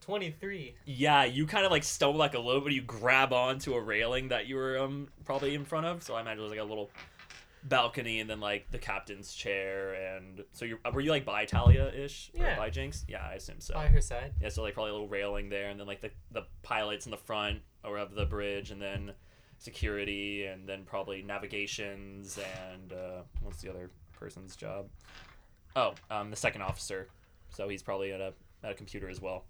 23.
Yeah, you kind of like stumble like a little bit. You grab onto a railing that you were um probably in front of. So I imagine it was like a little balcony, and then like the captain's chair, and so you were you like by Talia ish or
Yeah.
by Jinx? Yeah, I assume so.
By her side.
Yeah, so like probably a little railing there, and then like the the pilots in the front or of the bridge, and then security, and then probably navigations, and uh, what's the other person's job? Oh, um, the second officer. So he's probably at a at a computer as well.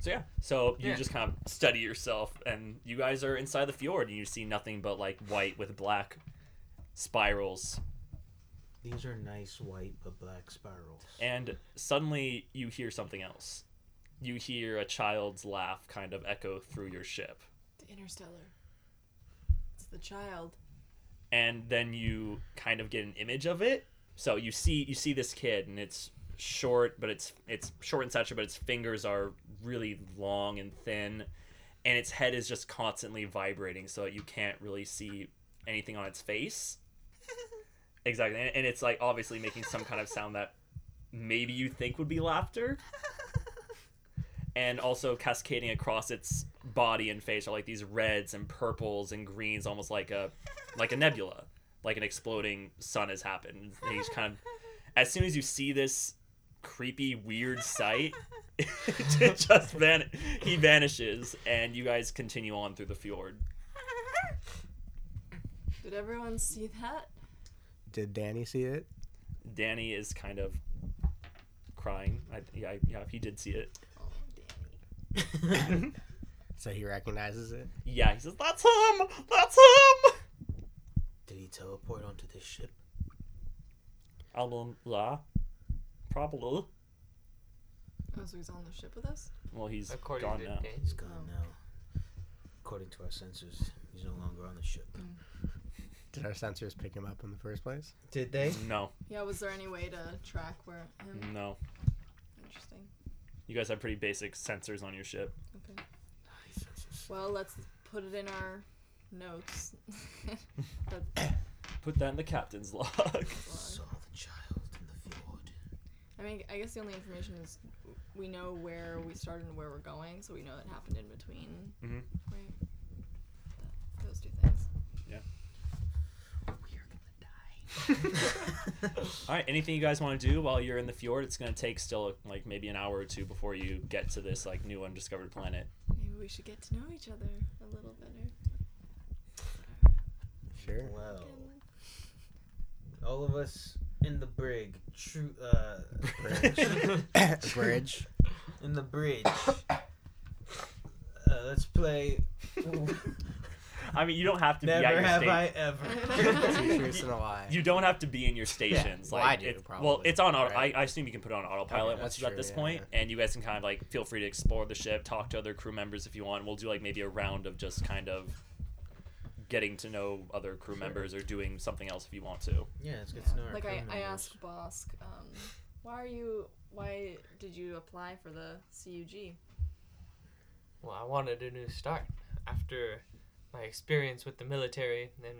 So yeah, so you
Yeah.
just kind of study yourself, and you guys are inside the fjord, and you see nothing but like white with black spirals
These are nice white but black spirals.
and suddenly you hear something else. You hear a child's laugh kind of echo through your ship.
The interstellar. It's the child.
And then you kind of get an image of it. So you see you see this kid and it's short, but it's it's short in stature, but its fingers are really long and thin and its head is just constantly vibrating so that you can't really see anything on its face. Exactly. And, and it's like obviously making some kind of sound that maybe you think would be laughter. and also cascading across its body and face are like these reds and purples and greens, almost like a like a nebula, like an exploding sun has happened. And he's kind of as soon as you see this creepy weird sight, it just van he vanishes, and you guys continue on through the fjord.
Did everyone see that?
Did Danny see it?
Danny is kind of crying. I, yeah, I- yeah, he did see it.
Oh, Danny.
So he recognizes it.
Yeah, he says, "That's him! That's him!"
Did he teleport onto this ship?
Album la, probably.
Oh, so he's on the ship with us?
Well, he's
According
gone
to
now.
Dane.
He's gone
Oh.
now. According to our sensors, he's no longer on the ship.
Did our sensors pick him up in the first place?
Did they?
No,
Yeah, was there any way to track where him?
no.
Interesting.
You guys have pretty basic sensors on your ship.
Okay. Well, let's put it in our notes. That's
Put that in the captain's log.
why.
Saw the child in the fjord.
I mean, I guess the only information is we know where we started and where we're going, so we know that happened in between.
Mhm.
Right? That, those two things.
All right, anything you guys want to do while you're in the fjord? It's gonna take still like maybe an hour or two before you get to this like new undiscovered planet.
Maybe we should get to know each other a little better.
Sure.
Well,
Again.
all of us in the brig, true, uh,
Bridge.
in the bridge. Uh, let's play.
I mean, you don't have to be at
Never
your
have
sta-
I ever.
Two truths and a lie.
You don't have to be in your stations.
Well,
like,
I do,
it's- well,
probably,
it's on. Auto-
right?
I, I assume you can put it on autopilot
Okay,
once
that's
you're at
true,
this
yeah,
point,
yeah.
and you guys can kind of like feel free to explore the ship, talk to other crew members if you want. We'll do like maybe a round of just kind of getting to know other crew members or doing something else if you want to.
yeah, it's good to know. our
Like I, I
crew members.
asked Bosk, um, why are you? Why did you apply for the CUG?
Well, I wanted a new start. after my experience with the military and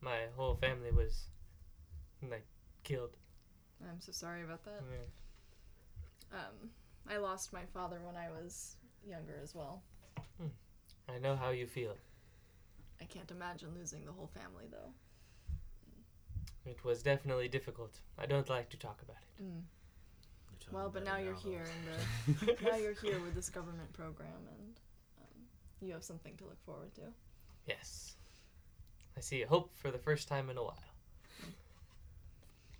my whole family was like killed.
I'm so sorry about that.
Yeah.
Um, I lost my father when I was younger as well.
I know how you feel.
I can't imagine losing the whole family though.
It was definitely difficult. I don't like to talk about it.
Hmm. Well, but now you're here in the now you're here with this government program, and um, you have something to look forward to.
Yes. I see hope for the first time in a while.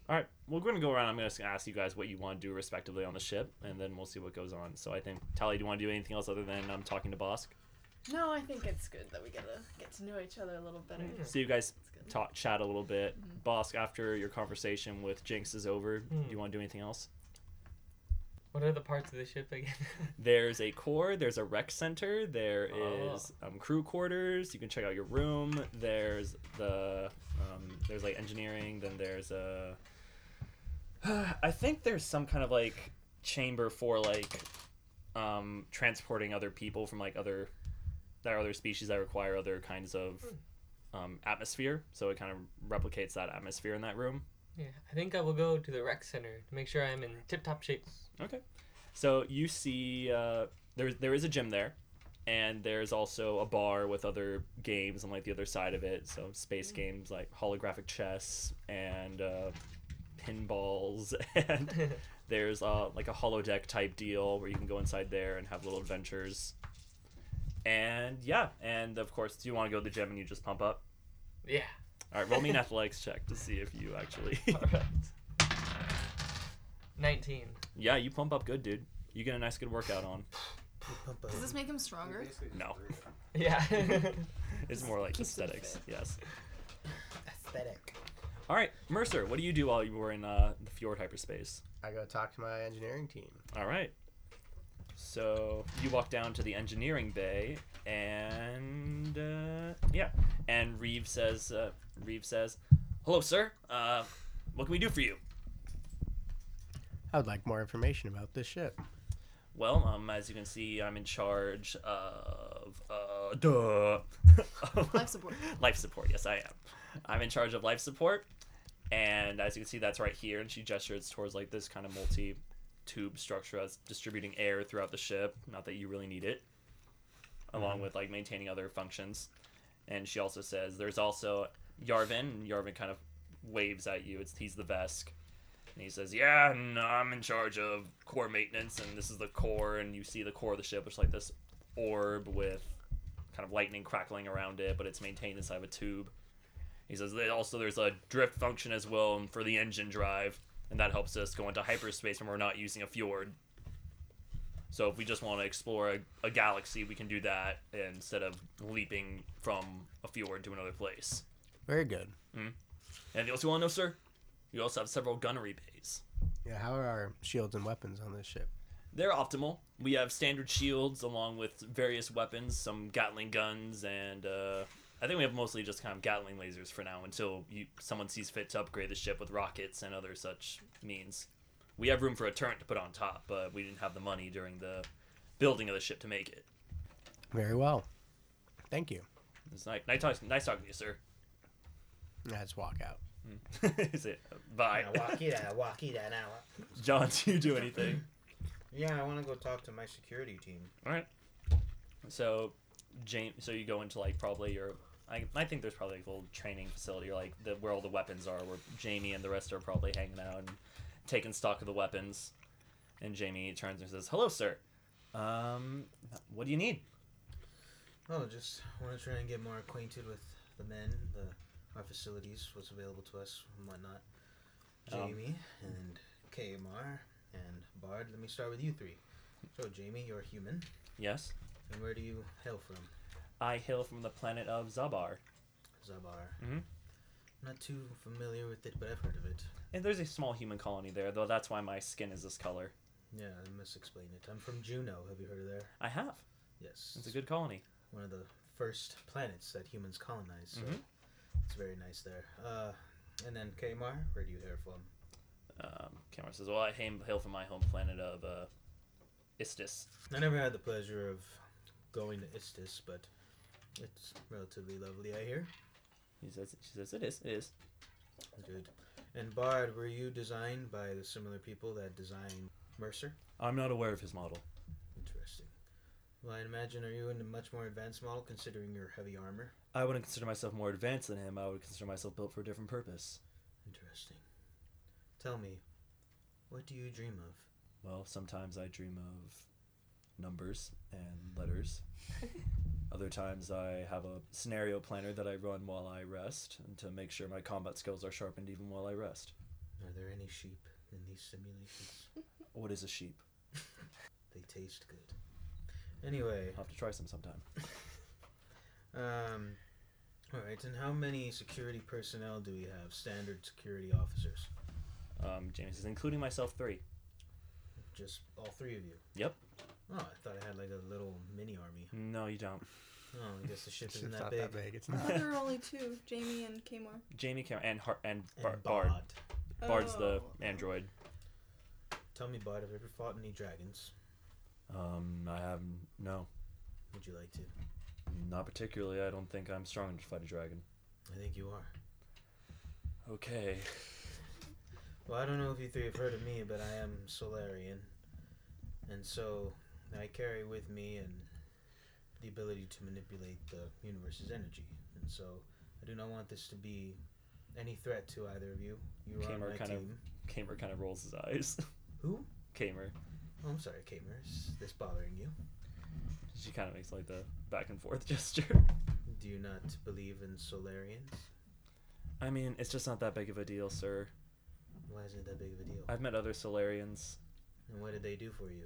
All right, we're going to go around. I'm going to ask you guys what you want to do respectively on the ship, and then we'll see what goes on. So I think Tally, do you want to do anything else other than I'm talking to Bosk?
No, I think it's good that we get to get to know each other a little better.
Mm.
So you guys
It's good.
talk, chat a little bit. Bosk, after your conversation with Jinx is over,
Mm.
do you want to do anything else?
What are the parts of the ship again?
There's a core, there's a rec center, There is
Oh.
um, crew quarters. You can check out your room. There's the um, there's like engineering. Then there's a I think there's some kind of like chamber for like um, transporting other people from like other that are other species that require other kinds of um, atmosphere. So it kind of replicates that atmosphere in that room.
yeah, I think I will go to the rec center to make sure I'm in tip-top shape.
Okay. So you see, uh, there there is a gym there, and there's also a bar with other games on like the other side of it. So space games like holographic chess and uh, pinballs, and there's uh, like a holodeck type deal where you can go inside there and have little adventures. And yeah, and of course, do you want to go to the gym and you just pump up?
Yeah.
All right, roll me an athletics check to see if you actually.
All right. 19.
yeah, you pump up good, dude. You get a nice good workout on.
Does this make him stronger?
No.
Yeah.
It's more like
Keeps it
aesthetics.
fit.
Yes.
aesthetic?
All right, Mercer, what do you do while you were in uh, the fjord hyperspace?
I go talk to my engineering team.
All right. So you walk down to the engineering bay, and uh, yeah, and Reeve says, uh, Reeve says, "Hello, sir. Uh, what can we do for you?"
I would like more information about this ship.
Well, um, as you can see, I'm in charge of uh, duh.
Life support.
life support. Yes, I am. I'm in charge of life support, and as you can see, that's right here. And she gestures towards like this kind of multi-tube structure that's distributing air throughout the ship. Not that you really need it,
Mm-hmm.
along with like maintaining other functions. And she also says there's also Yarvin. And Yarvin kind of waves at you. It's he's the Vesk. And he says, "Yeah, and I'm in charge of core maintenance, and this is the core." And you see the core of the ship, which is like this orb with kind of lightning crackling around it, but it's maintained inside of a tube. He says that also there's a drift function as well for the engine drive, and that helps us go into hyperspace when we're not using a fjord. So if we just want to explore a, a galaxy, we can do that instead of leaping from a fjord to another place.
Very good.
And you also want to know, sir? You also have several gunnery bays.
Yeah, how are our shields and weapons on this ship?
They're optimal. We have standard shields along with various weapons, some Gatling guns, and uh, I think we have mostly just kind of Gatling lasers for now until you, someone sees fit to upgrade the ship with rockets and other such means. We have room for a turret to put on top, but we didn't have the money during the building of the ship to make it.
Very well. Thank you.
It's nice, nice, talk- nice talking to you, sir.
I just walk out.
Is it? Bye.
Walkie that, walkie that now.
John, do you do anything?
Yeah, I want to go talk to my security team.
All right. So, James, so you go into like probably your. I, I think there's probably like a little training facility or like the where all the weapons are, where Jamie and the rest are probably hanging out and taking stock of the weapons. And Jamie turns and says, "Hello, sir. Um, what do you need?"
Oh, just want to try and get more acquainted with the men, the our facilities, what's available to us and whatnot.
Um,
Jamie and KMR and Bard. Let me start with you three. So, Jamie, you're a human,
Yes,
and where do you hail from?
I hail from the planet of Zabar,
Zabar.
Mhm.
Not too familiar with it, but I've heard of it.
and there's a small human colony there, though that's why my skin is this color.
Yeah, I must explain it. I'm from Juno. Have you heard of there?
I have.
Yes.
It's a good colony.
one of the first planets that humans colonized. So
Mhm.
It's very nice there. Uh, and then Kmar, where do you hear from?
Um, Cameron says, "Well, I hail hail from my home planet of uh, Istis."
I never had the pleasure of going to Istis, but It's relatively lovely, I hear.
He says, she says, it is, it is.
Good. And Bard, were you designed by the similar people that designed Mercer?
I'm not aware of his model.
Interesting. Well, I imagine are you in a much more advanced model considering your heavy armor?
I wouldn't consider myself more advanced than him. I would consider myself built for a different purpose.
Interesting. Tell me, what do you dream of?
Well, sometimes I dream of numbers and letters. Other times I have a scenario planner that I run while I rest and to make sure my combat skills are sharpened even while I rest.
Are there any sheep in these simulations?
What is a sheep?
They taste good. Anyway,
I'll have to try some sometime.
um, all right. And how many security personnel do we have? Standard security officers?
Um, James says, including myself, three.
Just all three of you?
Yep.
Oh, I thought I had like a little mini army.
No, you don't.
Oh, I guess the ship
It's
isn't
not
that big.
that big. It's
I
not.
thought there were only two, Jamie and Kmore.
Jamie Cameron and Har- and,
And
Bar- Bard.
Bod.
Bard's the
Oh.
android.
Tell me, Bard, have you ever fought any dragons?
Um, I have no,
Would you like to?
not particularly. I don't think I'm strong enough to fight a dragon.
I think you are.
Okay.
Well, I don't know if you three have heard of me, but I am Solarian. And so I carry with me and the ability to manipulate the universe's energy. And so I do not want this to be any threat to either of you. You are on
Kmart
my
kind of-
team.
Kamer kind of rolls his eyes.
Who?
Kamer.
Oh, I'm sorry, Kamer. Is this bothering you?
She kind of makes like the back and forth gesture.
Do you not believe in Solarians?
I mean, it's just not that big of a deal, sir.
Why isn't it that big of a deal?
I've met other Solarians.
And what did they do for you?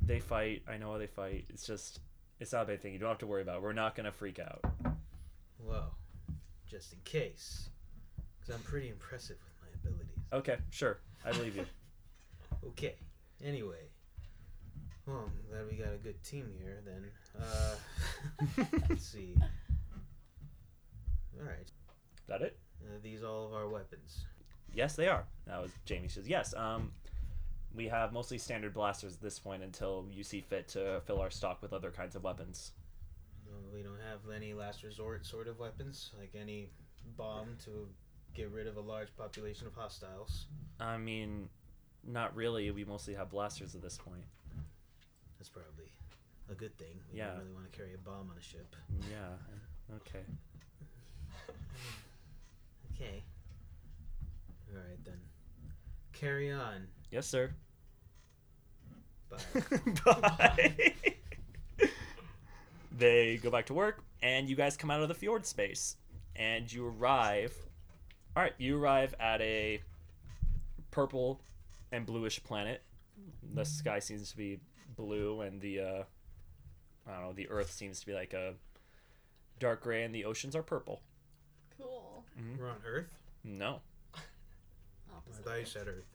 They fight. I know how they fight. It's just, it's not a big thing. You don't have to worry about. it. We're not gonna freak out.
Well, just in case. Because I'm pretty impressive with my abilities.
Okay, sure. I believe you.
Okay. Anyway. Well, I'm glad we got a good team here then. Uh, let's see. Alright.
that it?
Uh, these all of our weapons.
Yes, they are. That was Jamie. She says, yes. Um, we have mostly standard blasters at this point until you see fit to fill our stock with other kinds of weapons.
Uh, we don't have any last resort sort of weapons, like any bomb to get rid of a large population of hostiles.
I mean, not really. We mostly have blasters at this point.
That's probably a good thing. We
Yeah.
don't really want to carry a bomb on a ship.
Yeah. Okay.
Okay. Alright then. Carry on.
Yes, sir.
Bye.
Bye. they go back to work, and you guys come out of the fjord space, and you arrive. All right, you arrive at a purple and bluish planet. The sky seems to be blue, and the uh, I don't know, the Earth seems to be like a dark gray, and the oceans are purple.
Cool.
We're on Earth?
No,
I
Opposite.
thought you said Earth.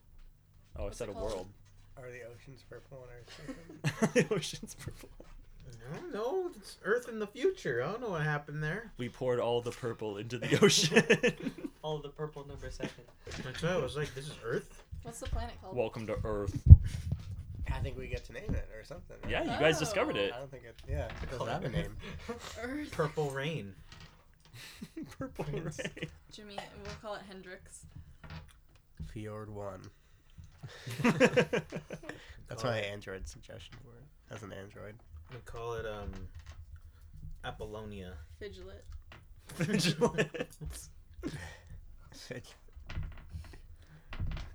oh,
What's
I said
it
a
called?
world.
Are the oceans purple and Earth's purple?
the ocean's purple.
I don't know. It's Earth in the future. I don't know what happened there.
We poured all the purple into the ocean.
All the purple number second.
That's why I was like, this is Earth?
What's the planet called?
Welcome to Earth.
I think we get to name it or something. right?
Yeah, you guys
Oh.
discovered it.
I don't think it. Yeah, it doesn't have a name.
Earth.
Purple rain.
Purple
Prince.
Ray.
Jimmy, we'll call it Hendrix.
Fjord One. That's
Call
my
it-
Android suggestion for it. As an Android.
We call it um Apollonia.
Fidget.
Vigilance.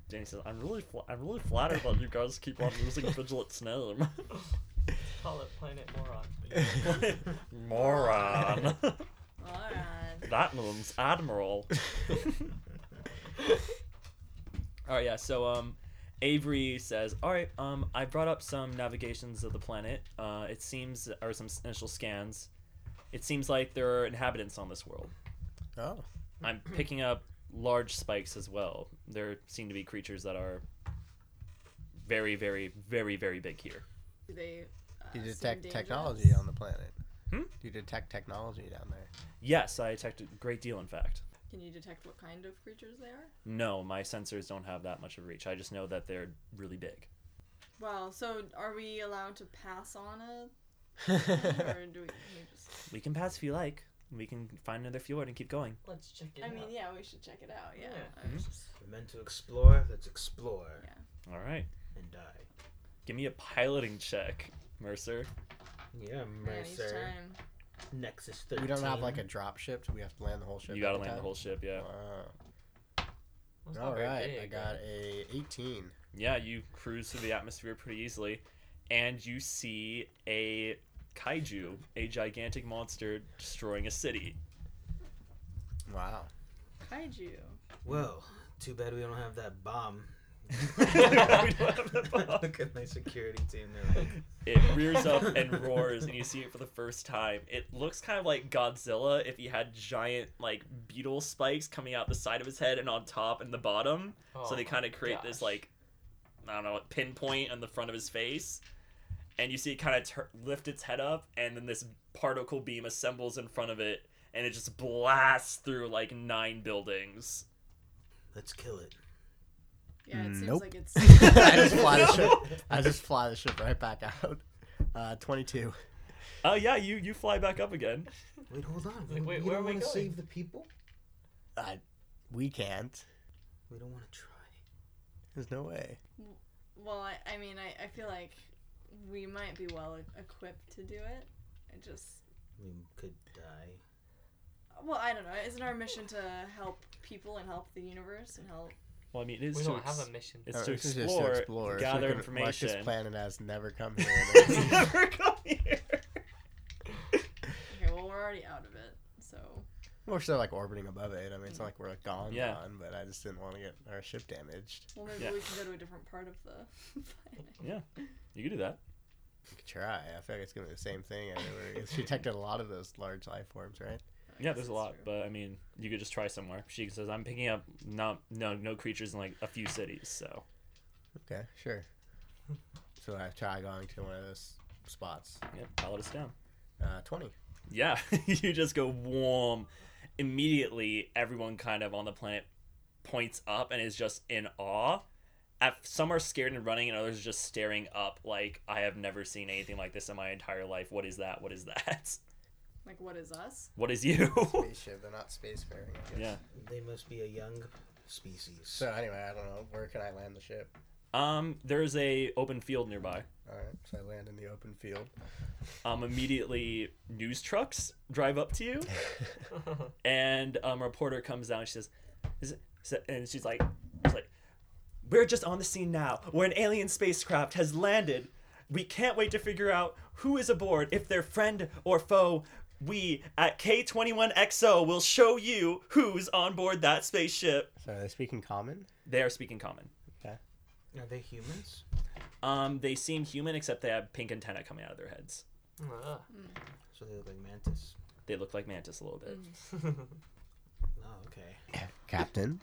Danny says, "I'm really, fl- I'm really flattered that you guys keep on using Vigilant's name,
Call it Planet Moron.
moron.
Alright.
that means admiral." All right, yeah. So, um, Avery says, "All right, um, I brought up some navigations of the planet. Uh, it seems, or some initial scans. It seems like there are inhabitants on this world.
oh.
I'm picking up large spikes as well. There seem to be creatures that are very, very, very, very big here.
Do they uh,
You
seem
detect
dangerous?
technology on the planet.
Hmm?
You detect technology down there.
Yes, I detected a great deal, in fact.
Can you detect what kind of creatures they are?
No, my sensors don't have that much of reach. I just know that they're really big.
Wow, so are we allowed to pass on a or do we, we just?
We can pass if you like. We can find another fjord and keep going.
Let's check it
I
out.
mean, yeah, we should check it out. Yeah.
Yeah.
I was just-
We're meant to explore. Let's explore
Yeah.
All right.
and die.
Give me a piloting check, Mercer.
Yeah,
Man, each
Mercer.
time.
Nexus 13.
We don't have like a drop ship. so We have to land the whole ship.
you gotta
every
land the
time?
whole ship, yeah.
Wow.
Well, it's not
All
very
right, I
big, eh?
got a 18.
Yeah, you cruise through the atmosphere pretty easily, and you see a kaiju, a gigantic monster destroying a city.
Wow.
Kaiju.
Well, too bad we don't have that bomb.
We don't have that bomb.
Look at my security team. They're like,
It rears up and roars, and you see it for the first time. It looks kind of like Godzilla if he had giant like beetle spikes coming out the side of his head and on top and the bottom. so
Oh
they
my
kind of create this
gosh.
like I don't know, pinpoint on the front of his face, and you see it kind of tur lift its head up, and then this particle beam assembles in front of it, and it just blasts through like nine buildings.
let's kill it.
Yeah, it seems
Nope.
like it's.
I just fly the ship. I just fly the ship right back out. Uh, 22.
Oh yeah, you you fly back up again.
Wait, hold on.
Like, wait,
we don't
where are we
want to
going?
save the people.
Uh, we can't.
We don't want to try.
There's no way.
well, I, I mean, I, I feel like we might be well e- equipped to do it. I just.
We could die.
Well, I don't know. Isn't our mission to help people and help the universe and help?
Well, I mean, it is
We
to
don't
ex-
have a mission.
it's
Or
to
this is
explore,
so
gather
we could- Let's
information.
just plan it as never come here.
Never come here.
Okay, well, we're already out of it, so.
More so like orbiting above it. I mean, it's not like we're like gone,
Yeah.
gone, but I just didn't want to get our ship damaged.
Well, maybe
Yeah.
we can go to a different part of the planet.
You can do that.
We could try. I feel like it's gonna be the same thing. everywhere. She detected a lot of those large life forms, right?
Yeah, there's
That's
a lot,
true.
but I mean, you could just try somewhere. She says, "I'm picking up no, no, no creatures in like a few cities." So
Okay, sure. So I try going to one of those spots.
yeah, pilot us down.
Uh, Twenty.
Yeah, you just go warm. Immediately, everyone kind of on the planet points up and is just in awe. At, some are scared and running, and others are just staring up like, I have never seen anything like this in my entire life. What is that? What is that?
Like, what is us?
What is you?
Spaceship. They're not spacefaring. I guess.
yeah.
They must be a young species.
So anyway, I don't know. Where can I land the ship?
Um, there's a open field nearby.
All right. So I land in the open field.
Um, immediately news trucks drive up to you. and um, a reporter comes down. And she says, "Is it- is it-" and she's like, she's like, we're just on the scene now. Where an alien spacecraft has landed. We can't wait to figure out who is aboard, if they're friend or foe. We at K21XO will show you who's on board that spaceship."
So are they speaking common?
They are speaking common.
Are they humans?
Um, they seem human except they have pink antenna coming out of their heads.
Ugh.
So they look like mantis.
They look like mantis a little bit.
Oh, okay.
Captain.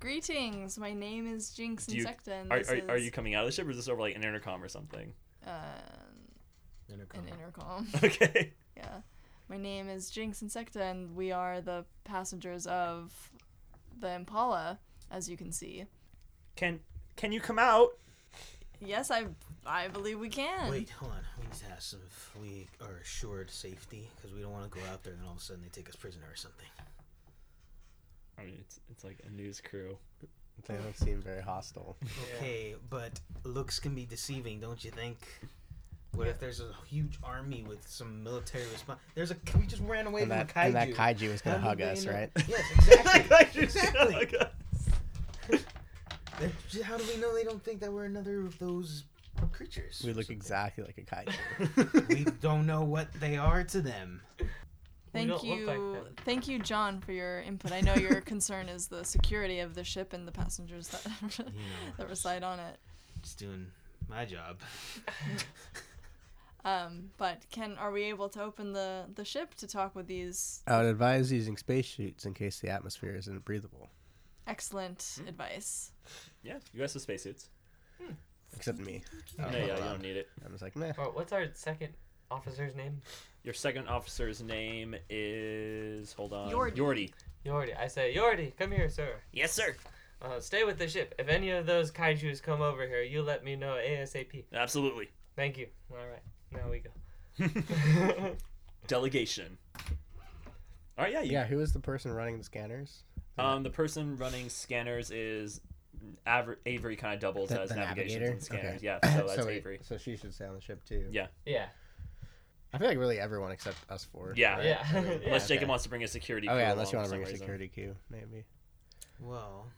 Greetings, my name is Jinx
Do you-
Insecta, and
Are,
this
are, are
is,
you coming out of the ship, or is this over like an intercom or something?
uh,
Intercom.
an intercom?
Okay.
yeah, my name is Jinx Insecta, and we are the passengers of the Impala, as you can see.
Can can you come out?
Yes, I I believe we can.
Wait, hold on. We need to ask them if we are assured safety because we don't want to go out there and then all of a sudden they take us prisoner or something.
I mean, it's it's like a news crew.
They don't seem very hostile.
Okay, but looks can be deceiving, don't you think? What if there's a huge army with some military response? There's a we just ran away
And
from
that
a kaiju.
and that kaiju is gonna
How
hug
did they
us,
know-
right?
Yes, exactly.
Oh,
exactly.
God.
They're ju- How do we know they don't think that we're another of those creatures?
We look exactly like a kaiju.
we don't know what they are to them.
Thank
don't look
you,
like them.
thank you, John, for your input. I know your concern is the security of the ship and the passengers that
You know,
that reside on it.
just doing my job.
Um, but can are we able to open the the ship to talk with these?
I would advise using spacesuits in case the atmosphere isn't breathable.
Excellent
Hmm.
advice.
Yeah, you guys have spacesuits.
Except me.
Oh,
No, yeah, you don't need it.
I was like, meh.
Or what's our second officer's name?
Your second officer's name is hold on.
Yordi.
Yordi. I say, Yordi, come here, sir.
Yes, sir.
Uh, stay with the ship. If any of those kaiju's come over here, you let me know ASAP.
Absolutely.
Thank you. All right. Now we go.
Delegation. All right, yeah, you,
Yeah, who is the person running the scanners?
Um, the person running scanners is Aver- Avery. Kind of doubles
The-
as
the
navigation
navigator?
and scanners.
Okay.
Yeah, so that's
wait,
Avery.
so she should stay on the ship too.
Yeah.
yeah.
I feel like really everyone except us four.
Yeah.
right?
Yeah.
I mean,
Yeah,
Unless
okay.
Jacob wants to bring a security.
Oh
crew
yeah,
along
unless you want
for
to bring a
some reason.
security queue, maybe.
Well,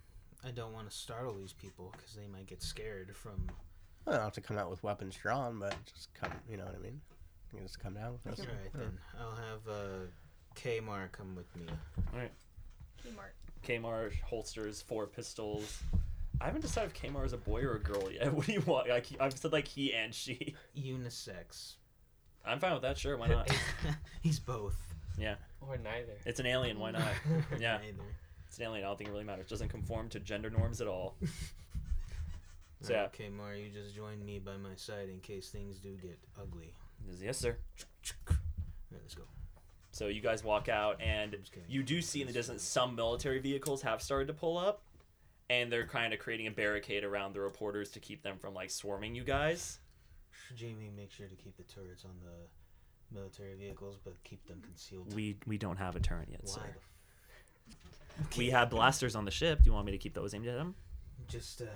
I don't want to startle these people because they might get scared from.
Well, I don't have to come out with weapons drawn, but just come. You know what I mean? You can just come down with us.
All right then, I'll have uh, Kmart come with me.
Kmart.
Kmart holsters four pistols. I haven't decided if Kmart is a boy or a girl yet. What do you want? Like I've said, like he and she.
Unisex.
I'm fine with that. Sure, why not?
He's both.
Or neither.
It's an alien. Why not? Uh, Yeah,
Neither.
it's an alien. I don't think it really matters. doesn't conform to gender norms at all. So, yeah.
Okay, Mara, you just join me by my side in case things do get ugly.
He goes, Yes, sir.
Alright, let's go.
So you guys walk out, and
I'm just kidding.
you do see in the distance some military vehicles have started to pull up, and they're kind of creating a barricade around the reporters to keep them from like swarming you guys.
Jamie, make sure to keep the turrets on the military vehicles, but keep them concealed.
We we don't have a turret yet,
Why
sir.
the
We have blasters on the ship. Do you want me to keep those aimed at them?
Just uh,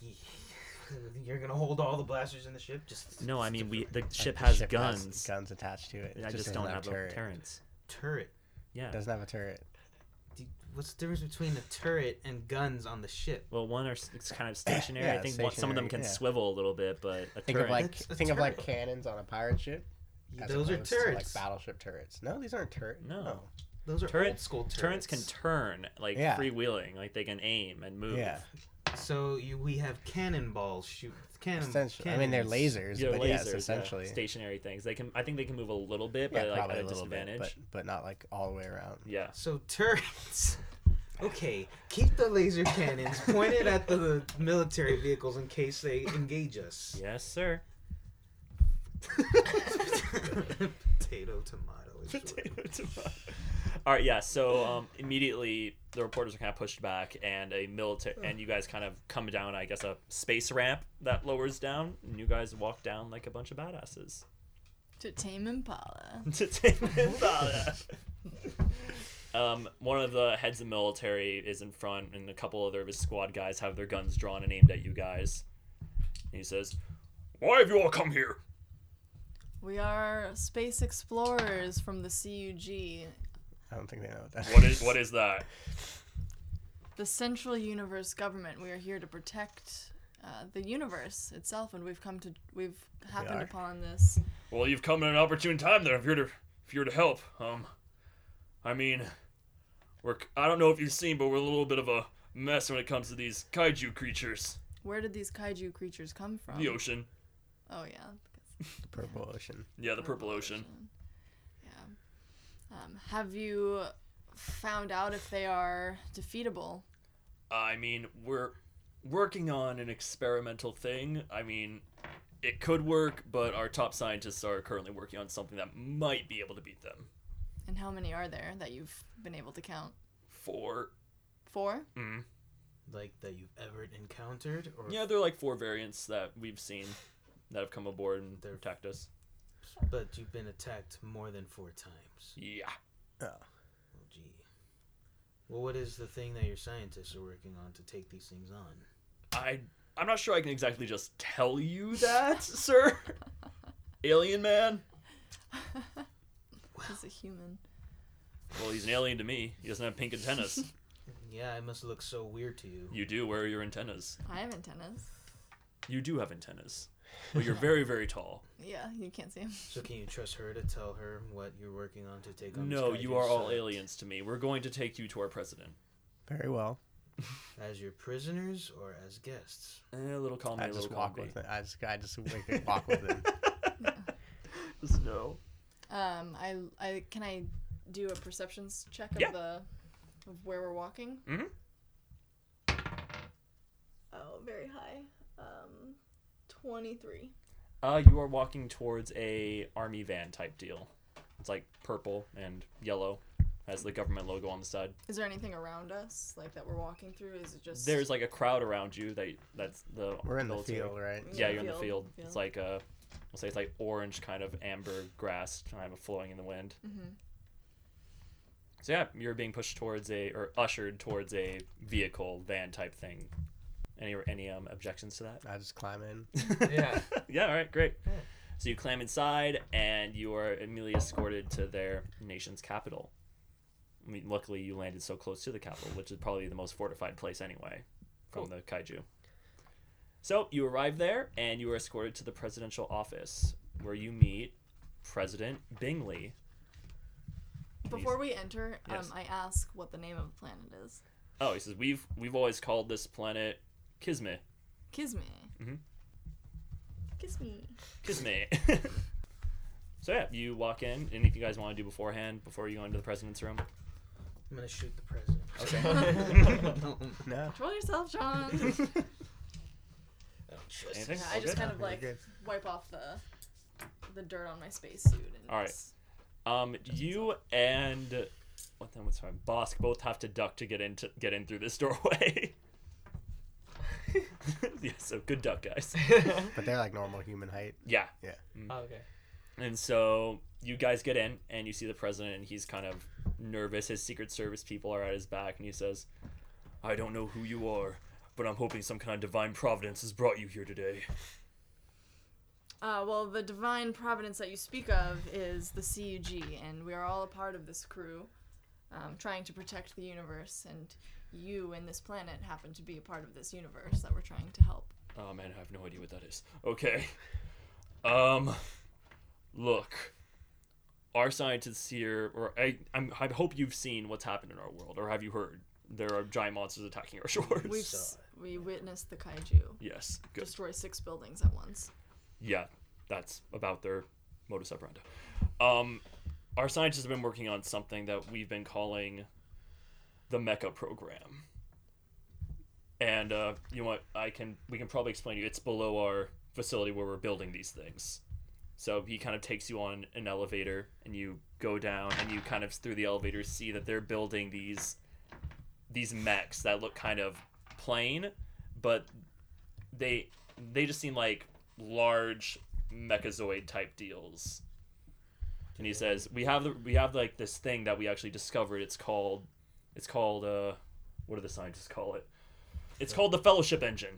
y- y- you're gonna hold all the blasters in the ship. Just
No, I mean we. The ship
The
has guns.
guns attached to it.
I just,
doesn't
don't have,
turret.
a turrets.
turret.
Yeah.
Doesn't have a turret.
D- What's the difference between a turret and guns on the ship?
well, one are s- it's kind of stationary. I
Yeah,
think one, some of them
stationary,
can
yeah.
swivel a little bit, but a
Think
turret.
of like
That's a
think of like
turret.
cannons on a pirate ship.
Y-
as
Those are
opposed to, like,
turrets.
battleship turrets. No, these aren't turrets.
No.
Those are
turret-
old school turrets.
turrets can turn like
Yeah.
freewheeling, like they can aim and move.
Yeah.
so you, we have cannonballs shoot cannon.
Essentially, I mean they're
cannons.
lasers,
Yeah,
but
lasers,
yes,
yeah,
essentially.
stationary things. They can, I think they can move a little bit,
Yeah,
but like
probably
at a,
a little
disadvantage.
bit, but, but not like all the way around.
Yeah,
So turrets. Okay, keep the laser cannons pointed at the military vehicles in case they engage us.
yes, sir.
Potato, tomato. is what-
All right, yeah. So um, immediately the reporters are kind of pushed back, and a military, and you guys kind of come down. I guess a space ramp that lowers down, and you guys walk down like a bunch of badasses.
To Tame Impala.
to Tame Impala. um, one of the heads of military is in front, and a couple other of his squad guys have their guns drawn and aimed at you guys. And he says, "Why have you all come here?"
We are space explorers from the CUG,
I don't think they know what that
What is what is that?
the Central Universe Government. We are here to protect uh, the universe itself, and we've come to we've happened
are.
upon this.
Well, you've come at an opportune time. Then, if you're to if you're to help, um, I mean, we're c- I don't know if you've seen, but we're a little bit of a mess when it comes to these kaiju creatures.
Where did these kaiju creatures come from?
The ocean,
Oh yeah,
Purple Ocean.
yeah, the purple ocean.
Yeah. Um, have you found out if they are defeatable?
I mean, we're working on an experimental thing. I mean, it could work, but our top scientists are currently working on something that might be able to beat them.
And how many are there that you've been able to count?
Four.
Four?
Mm.
Like that you've ever encountered, or
Yeah, they're like four variants that we've seen that have come aboard and
They're-
attacked us.
but you've been attacked more than four times.
Yeah.
Oh, gee. Well, what is the thing that your scientists are working on to take these things on?
I I'm not sure I can exactly just tell you that, sir. alien man?
He's a human.
Well, he's an alien to me. He doesn't have pink antennas.
Yeah, I must look so weird to you.
you do. Where are your antennas?
I have antennas.
You do have antennas. But you're very, very tall.
Yeah, you can't see him.
So can you trust her to tell her what you're working on to take on? these
No, you
kaiju
are all
science-
aliens to me. We're going to take you to our president.
Very well.
As your prisoners or as guests?
Eh, a little calm,
I
a
just
little
walk
calm.
with it. I just I just like, walk with it.
Just no.
Um, I, I can I do a perceptions check of
Yeah.
the of where we're walking?
Mhm.
Oh, very high. Um, twenty-three.
Uh, you are walking towards a army van type deal. It's like purple and yellow, has the government logo on the side.
Is there anything around us like that we're walking through? Is it just
There's like a crowd around you. That that's the
We're in the
military.
field, right?
Yeah, you're in the
Field,
field.
field.
It's like a We'll say it's like orange kind of amber grass kind of flowing in the wind. So yeah, you're being pushed towards a or ushered towards a vehicle van type thing. Any any um objections to that?
I just climb in.
Yeah.
yeah. All right. Great.
Yeah.
So you climb inside, and you are immediately escorted to their nation's capital. I mean, luckily you landed so close to the capital, which is probably the most fortified place anyway, from the kaiju. So you arrive there, and you are escorted to the presidential office, where you meet President Bingley.
Before we enter,
Yes.
um, I ask what the name of the planet is.
Oh, he says we've we've always called this planet Kismet.
Kiss me.
Mhm.
Kiss me.
Kismet. so yeah, you walk in. Anything you guys want to do beforehand before you go into the president's room?
I'm gonna shoot the president.
No.
Control yourself, Sean.
Anything?
Yeah, I
All
just
good?
kind of
Very
like
good.
wipe off the the dirt on my spacesuit. and
All right.
just-
Um, you and what then? What's my Bosk both have to duck to get into get in through this doorway. yeah, so good duck, guys.
But they're like normal human height.
Yeah,
okay.
and so you guys get in and you see the president, and he's kind of nervous. His Secret Service people are at his back, and he says, "I don't know who you are, but I'm hoping some kind of divine providence has brought you here today."
Uh, well, the divine providence that you speak of is the CUG, and we are all a part of this crew, um, trying to protect the universe. And you and this planet happen to be a part of this universe that we're trying to help.
Oh man, I have no idea what that is. Okay. Um look. Our scientists here or I I'm, I hope you've seen what's happened in our world or have you heard? There are giant monsters attacking our shores.
We've
saw
s- we witnessed the kaiju
yes. Good.
destroy six buildings at once.
Yeah. That's about their modus operandi. Um our scientists have been working on something that we've been calling the Mecha program. And uh, you know what? I can we can probably explain to you. It's below our facility where we're building these things. So he kind of takes you on an elevator, and you go down, and you kind of through the elevator see that they're building these these mechs that look kind of plain, but they they just seem like large mechazoid type deals. And he says, "We have the, we have like this thing that we actually discovered. It's called it's called uh what do the scientists call it? It's called the fellowship engine.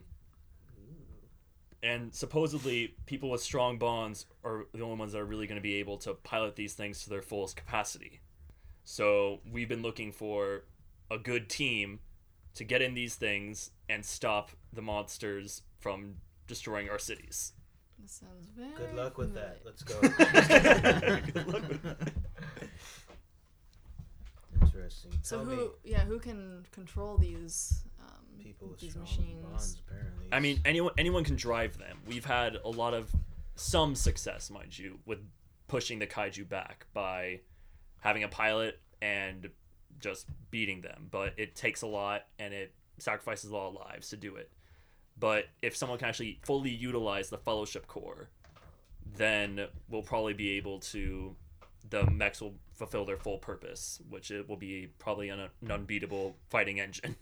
And supposedly people with strong bonds are the only ones that are really going to be able to pilot these things to their fullest capacity. So we've been looking for a good team to get in these things and stop the monsters from destroying our cities.
This sounds very
Good luck with that.
familiar.
Let's go.
Good luck with
Interesting.
So
Tell
who,
me,
yeah, who can control these um,
people with
these
strong
machines?
bonds apparently.
I mean, anyone anyone can drive them. We've had a lot of some success, mind you, with pushing the kaiju back by having a pilot and just beating them. But it takes a lot, and it sacrifices a lot of lives to do it. But if someone can actually fully utilize the fellowship core, then we'll probably be able to. The mechs will fulfill their full purpose, which it will be probably an, an unbeatable fighting engine.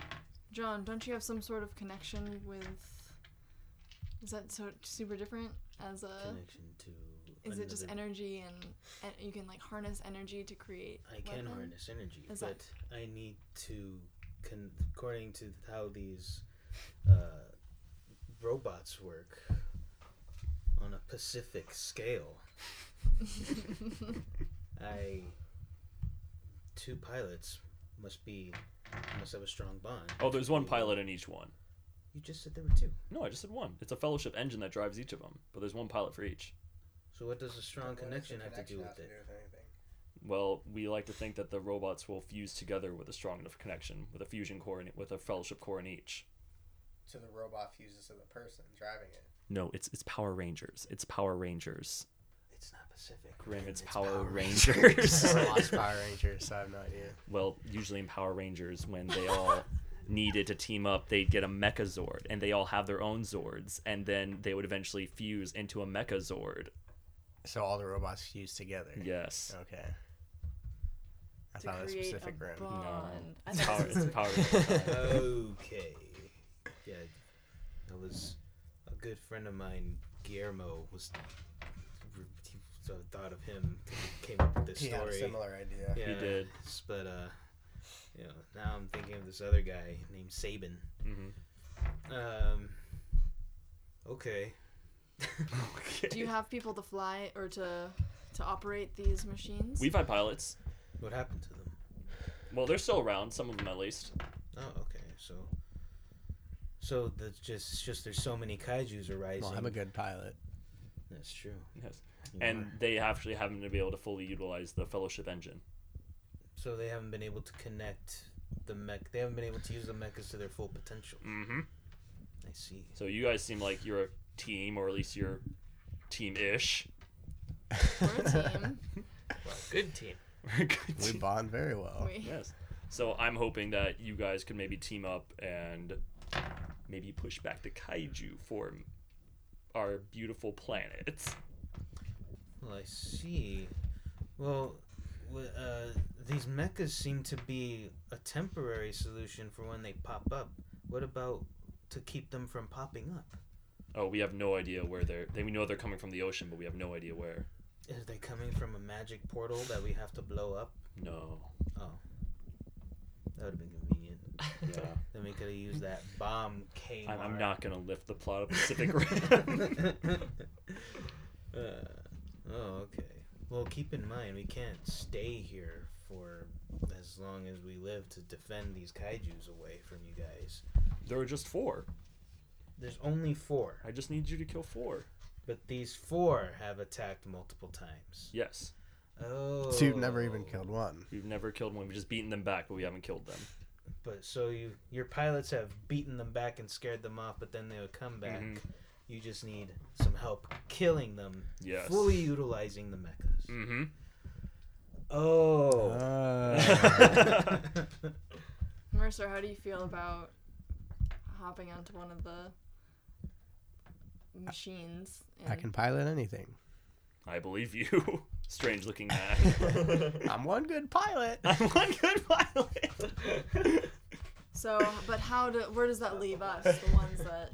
John, don't you have some sort of connection with? Is that so super different as a?
connection to.
Is it just
another-
energy and, and you can like harness energy to create?
I can
weapon?
harness energy,
Is
but
that-
I need to, con- according to how these uh, robots work, on a Pacific scale. I two pilots must be must have a strong bond.
oh, there's one pilot in each one.
You just said there were two.
No, I just said one. It's a fellowship engine that drives each of them, but there's one pilot for each.
So what does a strong connection have to do with it?
Well, we like to think that the robots will fuse together with a strong enough connection, with a fusion core in with a fellowship core in each.
So the robot fuses to the person driving it.
No, it's it's Power Rangers. It's Power Rangers.
It's not Pacific.
Grim, it's,
It's
Power,
Power
Rangers.
I watched Power Rangers, so I have no idea.
well, usually in Power Rangers, when they all needed to team up, they'd get a Mechazord, and they all have their own Zords, and then they would eventually fuse into a Mechazord.
So all the robots fuse together.
Yes.
Okay. I
To
thought it was
create
specific
a
room.
bond. I
It's
thought
Power,
it was
it's Power Rangers.
Oh, okay. Yeah, that was a good friend of mine Guillermo was. He sort of thought of him. Came up with this
He had a
story.
similar idea.
Yeah,
He did.
s- But uh, you know, now I'm thinking of this other guy named Saban.
Mm-hmm.
Um. Okay.
Okay.
Do you have people to fly or to to operate these machines?
We've had pilots.
What happened to them?
Well, they're still around. Some of them, at least.
Oh, okay. So. So that's just it's just there's so many kaiju's arising.
Well, I'm a good pilot.
That's true.
Yes.
You
And
are.
they actually haven't been able to fully utilize the Fellowship engine.
so they haven't been able to connect the mech. They haven't been able to use the mechas to their full potential.
Mm-hmm.
I see.
So you guys seem like you're a team, or at least you're team-ish.
We're a team.
Good team.
We're a good
we
team.
bond very
Oh,
well.
We-
Yes. So I'm hoping that you guys could maybe team up and maybe push back the kaiju for our beautiful planet.
Well, I see. Well, w- uh, these mechas seem to be a temporary solution for when they pop up. What about to keep them from popping up?
Oh, we have no idea where they're. They, we know they're coming from the ocean, but we have no idea where.
Is they coming from a magic portal that we have to blow up?
No.
That would have been convenient.
Yeah.
Then we could have used that bomb K.
I'm, I'm not gonna lift the plot of Pacific Rim.
uh, oh, okay. Well, keep in mind we can't stay here for as long as we live to defend these kaiju's away from you guys.
there were just four.
There's only four,
I just need you to kill four.
but these four have attacked multiple times.
Yes.
Oh,
So you've never even killed one.
We've never killed one. We've just beaten them back, but we haven't killed them.
But so you, your pilots have beaten them back and scared them off, but then they would come back.
Mhm.
You just need some help killing them,
Yes.
fully utilizing the mechas.
Mm-hmm.
Oh.
Uh,
Mercer, how do you feel about hopping onto one of the machines?
I
and-
can pilot anything.
I believe you. Strange looking man.
I'm one good pilot.
I'm one good pilot.
So, but how do where does that leave us? The ones that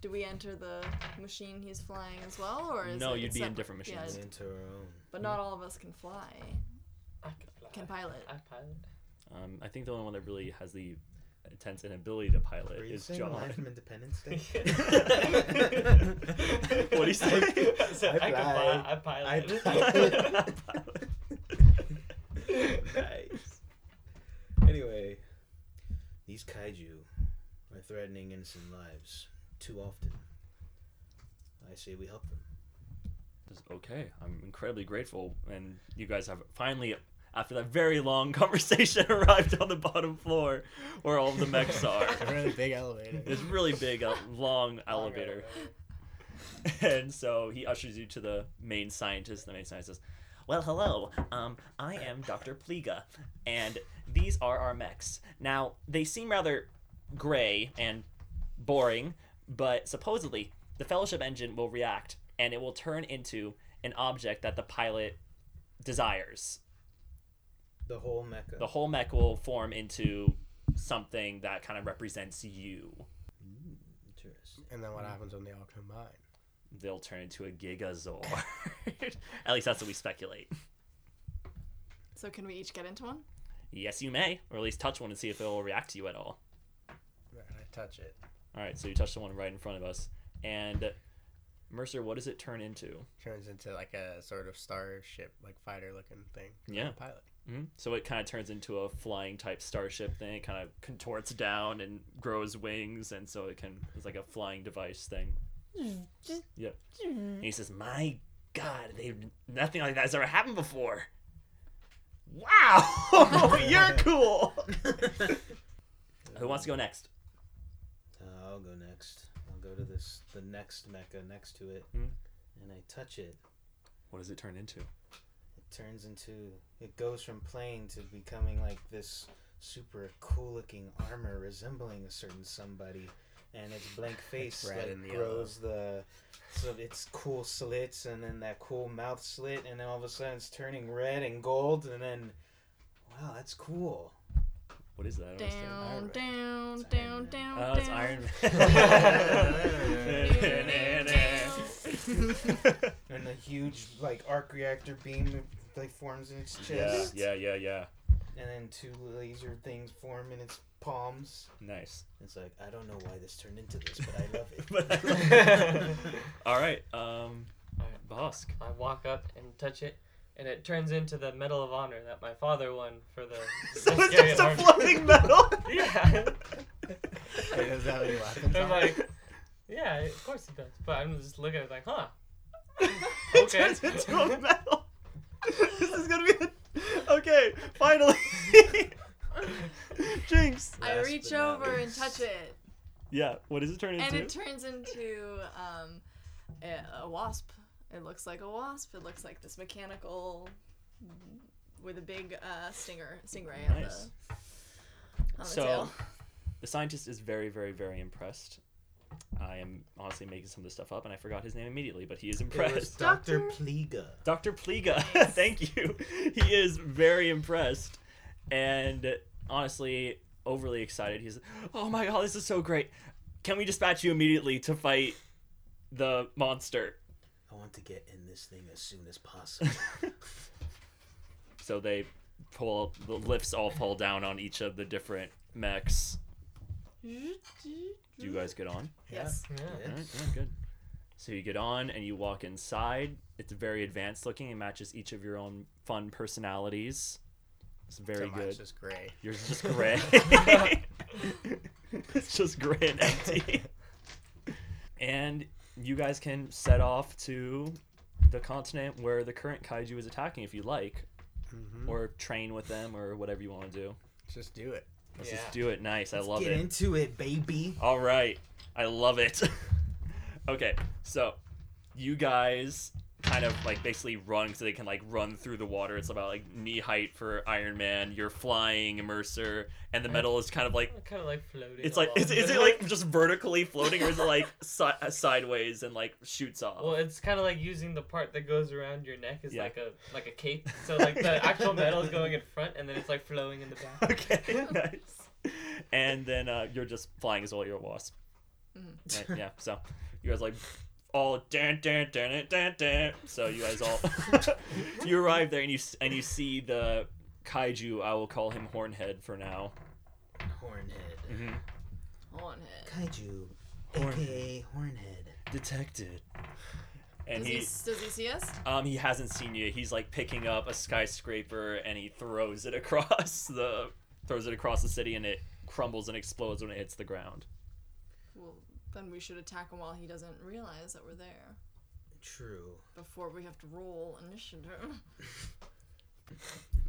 do we enter the machine he's flying as well, or is
No,
it
you'd be in
separate?
different
Yeah,
machines.
Into our own.
but not all of us can fly,
I can fly.
can pilot.
I pilot.
Um, I think the only one that really has the intense inability to pilot
Were you
is
saying the line
John.
from Independence Day?
What do you say?
I said,
I
I, can fly. I
I
pilot.
pilot. nice. Anyway, these kaiju are threatening innocent lives too often. I say we help them.
Just, okay, I'm incredibly grateful, and you guys have finally, after that very long conversation, arrived on the bottom floor where all of the mechs are.
A really big elevator.
this really big, uh, long elevator. and so he ushers you to the main scientist. The main scientist says, "Well, hello. Um, I am Doctor Pliga, and these are our mechs. Now they seem rather gray and boring, but supposedly the Fellowship engine will react, and it will turn into an object that the pilot desires.
The whole mecha.
The whole mech will form into." Something that kind of represents you.
Interesting.
And then what happens when they all combine?
They'll turn into a Gigazord. At least that's what we speculate.
So can we each get into one?
Yes, you may, or at least touch one and see if it will react to you at all.
Right, I touch it.
All right, so you touch the one right in front of us, and Mercer, what does it turn into?
Turns into like a sort of starship, like fighter looking thing.
Yeah.
Pilot.
hmm So it kind of turns into a flying type starship thing. It kind of contorts down and grows wings, and so it can it's like a flying device thing. Yep. And he says, "My God, they nothing like that has ever happened before." Wow, you're cool. Who wants to go next?
Uh, I'll go next. I'll go to this the next mecha next to it,
Hmm.
and I touch it.
What does it turn into?
It turns into it goes from plain to becoming like this super cool looking armor resembling a certain somebody and its blank face
red
like
and yellow.
grows the so it's cool slits and then that cool mouth slit and then all of a sudden it's turning red and gold and then wow that's cool
What is that? I don't understand.
Down,
Iron Man.
down,
It's Iron
down,
Man.
down,
Oh, it's
down.
Iron
down,
Man.
and a huge like arc reactor beam like forms in its
yeah,
chest,
yeah, yeah, yeah.
and then two laser things form in its palms.
Nice.
It's like I don't know why this turned into this, but I love it.
But I- All right, um,
Alright.
Bosk.
I walk up and touch it, and it turns into the Medal of Honor that my father won for the. Bulgarian army.
floating metal.
Yeah.
Is that what you laughing
I'm
at?
like, yeah, of course it does. But I'm just looking at it like, huh?
it
Okay.
turns into a metal. this is gonna be a... okay. Finally, Jinx.
I
Last
reach
but not
over and
least.
touch it,
Yeah. What does it turn
and
into?
it turns into um, a, a wasp. It looks like a wasp. It looks like this mechanical with a big uh, stinger, stingray on
Nice.
the on the
so,
tail.
the scientist is very, very, very impressed. I am honestly making some of this stuff up, and I forgot his name immediately, but he is
It was
impressed.
Doctor
Doctor-
Pliga.
Dr. Pliga, thank you. He is very impressed and honestly overly excited. He's, oh my god, this is so great. Can we dispatch you immediately to fight the monster?
I want to get in this thing as soon as possible.
So they pull, the lifts all fall down on each of the different mechs. Do you guys get on?
Yes.
Yeah.
All right, yeah, good. So you get on and you walk inside. It's very advanced looking. It matches each of your own fun personalities. It's very
So
good.
Mine's just gray.
Yours is just gray. it's just gray and empty. and you guys can set off to the continent where the current kaiju is attacking if you like,
Mhm.
or train with them, or whatever you want to do.
Just do it.
Let's
Yeah.
just do it. Nice. I love
get
it.
into it, baby.
All right. I love it. okay. So you guys kind of like basically run so they can like run through the water. It's about like knee height for Iron Man. You're flying, Mercer, and the metal is kind of like
I'm kind of like floating.
Oh,
it's like
along.
is, is it like just vertically floating or is it like si- uh, sideways and like shoots off?
Well, it's kind of like using the part that goes around your neck is
Yeah.
like a like a cape. So like the actual metal is going in front, and then it's like flowing in the back.
okay, nice. And then uh, you're just flying as well. You're a wasp. Right, yeah. So you guys like all dan dan dan dan dan. So you guys all you arrive there and you s- and you see the kaiju. I will call him Hornhead for now.
Hornhead.
Hold on it.
Kaiju.
Hornhead.
AKA Hornhead.
Detected. And
Does he,
he
does he see us?
um he hasn't seen you. He's like picking up a skyscraper and he throws it across the throws it across the city and it crumbles and explodes when it hits the ground.
Well, then we should attack him while he doesn't realize that we're there
True.
before we have to roll initiative.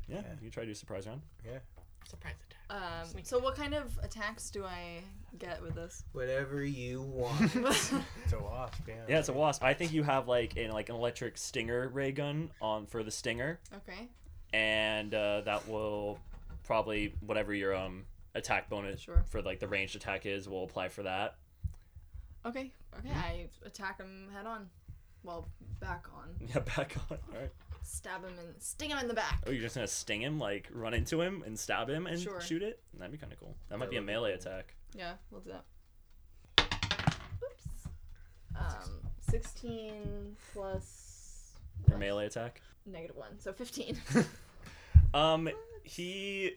Yeah. You try to do a surprise round.
Surprise attack.
Um, so what kind of attacks do I get with this?
Whatever you want.
It's a wasp, yeah.
Yeah, it's a wasp. I think you have like an like an electric stinger ray gun on for the stinger,
okay,
and uh, that will probably whatever your um attack bonus
Sure.
for like the ranged attack is will apply for that.
okay, okay. I attack him head on. Well, back on.
Yeah, back on. All right.
Stab him and sting him in the back.
Oh, you're just gonna sting him, like run into him and stab him and
Sure.
shoot it. That'd be kind of cool. That might be a
would be
melee attack.
Yeah, we'll do that. Oops. Um, sixteen plus
Your
what?
melee attack.
negative one, so fifteen.
Um, he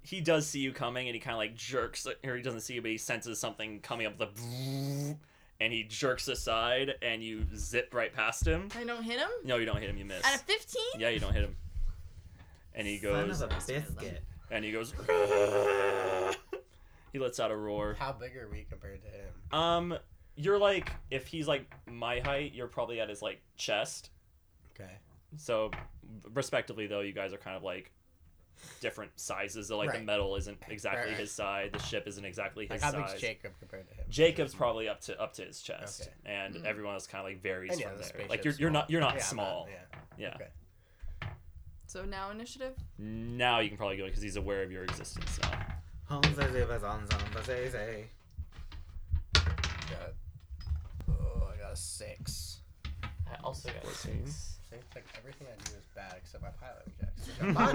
he does see you coming, and he kind of like jerks, or he doesn't see you, but he senses something coming up the, and he jerks aside, and you zip right past him.
I don't hit him.
No, you don't hit him. You miss.
Out of fifteen.
Yeah, you don't hit him. And he goes,
Son of a biscuit.
and he goes. he lets out a roar.
How big are we compared to him?
Um, you're like, if he's like my height, you're probably at his like chest.
Okay.
So, respectively, though, you guys are kind of like different sizes. So, like the
Right.
metal isn't exactly
right.
his side. The ship isn't exactly his
Like, how
size.
big's Jacob compared to him?
Jacob's probably up to up to his chest,
Okay. Hmm.
and everyone else kind of like varies
And yeah,
from
the
there. Like
spaceship's
you're, you're not you're not
Yeah, I'm
small.
yeah.
yeah.
Okay.
So now initiative.
Now you can probably go because he's aware of your existence now.
Got, oh, I got a six.
I also got six.
I think like everything I do is bad except my pilot checks.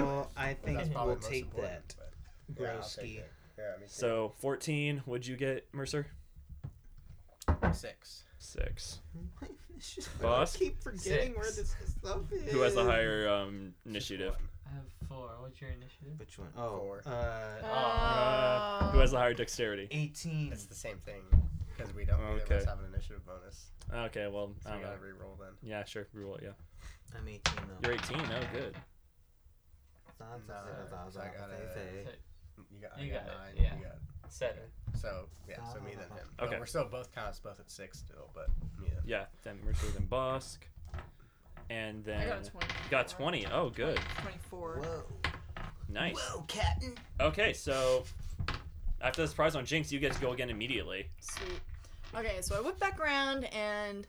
Well, I
But
think
that's probably
we'll
most
take
important,
that.
but- Yeah, I'll
Broski.
take it. Yeah, me too.
So 14, would you get Mercer?
Six.
Six. Boss?
Boss? I keep forgetting where this
Six.
stuff is.
Who
Eh.
has the higher um, initiative?
I have four. What's your initiative?
Which one? Oh,
Four.
uh,
Uh, who has the higher dexterity?
18.
It's the same thing because we don't. Neither
Okay.
of us have an initiative bonus,
Okay, well,
so
I
we
don't know.
gotta re-roll then.
Yeah, sure. Rule it, yeah.
I'm 18 though.
You're 18. Oh, good.
So I got a- You got, I
You
got,
got it,
nine.
yeah.
You got,
Seven.
so yeah, so me then him.
Okay.
But we're still both counts both at six still, but me then.
Yeah, then Mercury, then Bosk. And then.
I got a 20.
Got 20. Oh, good.
24.
Whoa.
Nice.
Whoa, Captain.
Okay, so after the surprise on Jinx, you get to go again immediately.
Sweet. Okay, so I whip back around and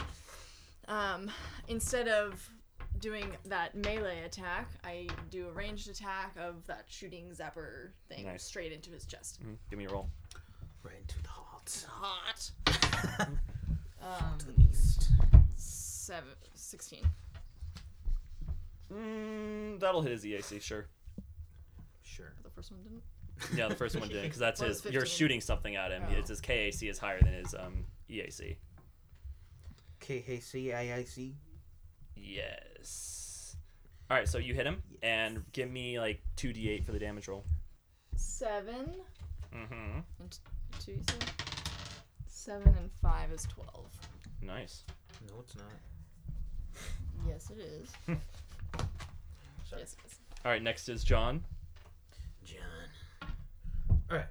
um, instead of doing that melee attack, I do a ranged attack of that shooting zapper thing
Nice.
straight into his chest.
Mhm, Give me a roll.
Right into the heart.
Hot.
To
Um,
the east.
seven, 16.
Mm, that'll hit his EAC, sure.
Sure.
The first one didn't.
Yeah, the first one didn't, because that's
Well,
his.
it's
You're
15.
shooting something at him.
Oh.
It's his KAC is higher than his um, EAC.
K-H-C-I-I-C.
Yes. All right, so you hit him, and give me like 2d8 for the damage roll.
Seven.
Mm-hmm.
Two, you said? Seven and five is 12.
Nice.
No, it's not.
Yes, it is. Yes, it is.
All right, next is John.
John. Alright.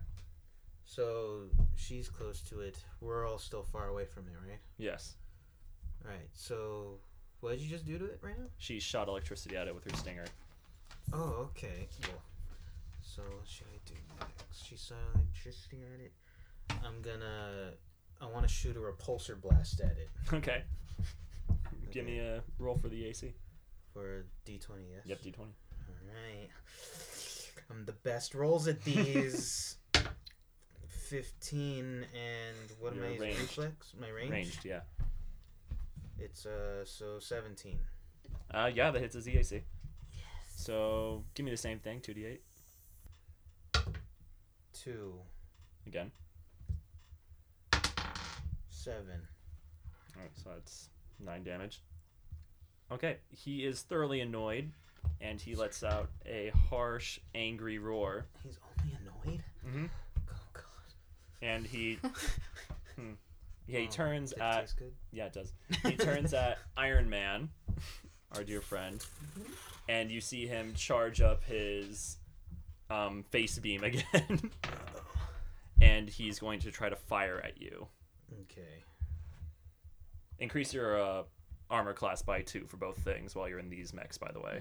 So she's close to it. We're all still far away from it, right?
Yes.
Alright, so what did you just do to it right now?
She shot electricity at it with her stinger.
Oh, okay. Cool. So what should I do next? She saw electricity at it. I'm gonna I wanna shoot a repulsor blast at it.
Okay. Give me
Okay.
a roll for the AC.
for D twenty, yes?
Yep, d20.
Alright. I'm the best rolls at these. 15 and what am
Your
I using?
ranged.
Reflex? My range?
Ranged, yeah.
It's uh so 17.
Uh, yeah, that hits his EAC. Yes. So give me the same thing, 2d8
2
again.
7.
All right, so that's nine damage. Okay, he is thoroughly annoyed, and he lets out a harsh, angry roar,
He's only annoyed?
Mhm.
Oh god.
and he, hmm. yeah, he
Oh,
turns
Did it
at
taste good?
yeah, it does. He turns at Iron Man, our dear friend, and you see him charge up his um, face beam again, and he's going to try to fire at you.
Okay.
increase your uh, armor class by two for both things while you're in these mechs by the way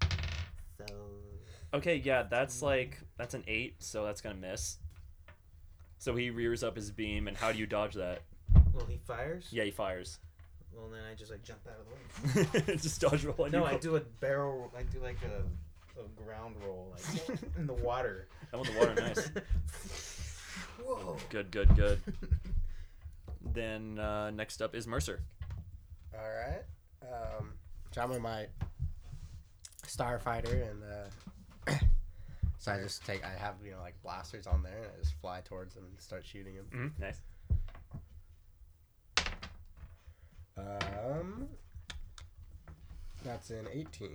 Mm.
So
okay yeah that's like that's an eight so that's gonna miss so he rears up his beam and how do you dodge that
well he fires?
yeah he fires
Well then I just like jump out of the way.
just dodge roll and
No,
you
I
roll-
do a barrel I do like a, a ground roll like in the water.
i want Oh, the water nice
Whoa.
good good good then uh, next up is mercer
All right. Um, so I'm with my starfighter, and uh, so I just take. I have you know like blasters on there, and I just fly towards them and start shooting them.
mm
Mm-hmm.
nice
Um, that's an 18.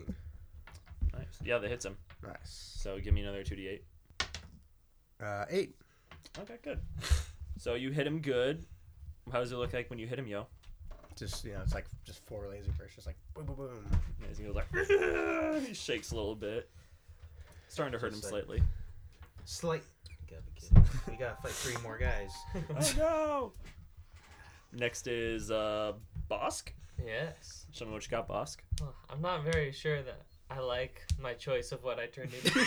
nice yeah that hits him
Nice.
so give me another 2d8
Uh, eight.
okay good so you hit him good how does it look like when you hit him yo
Just you know, it's like just four laser bursts, just like boom, boom, boom.
And He goes like, he shakes a little bit, starting to hurt him
Just like-
slightly.
Slight You gotta be kidding. we gotta fight three more guys.
oh no! Next is uh, Bosk.
Yes.
Show me what you got, Bosk.
Well, I'm not very sure that I like my choice of what I turned into.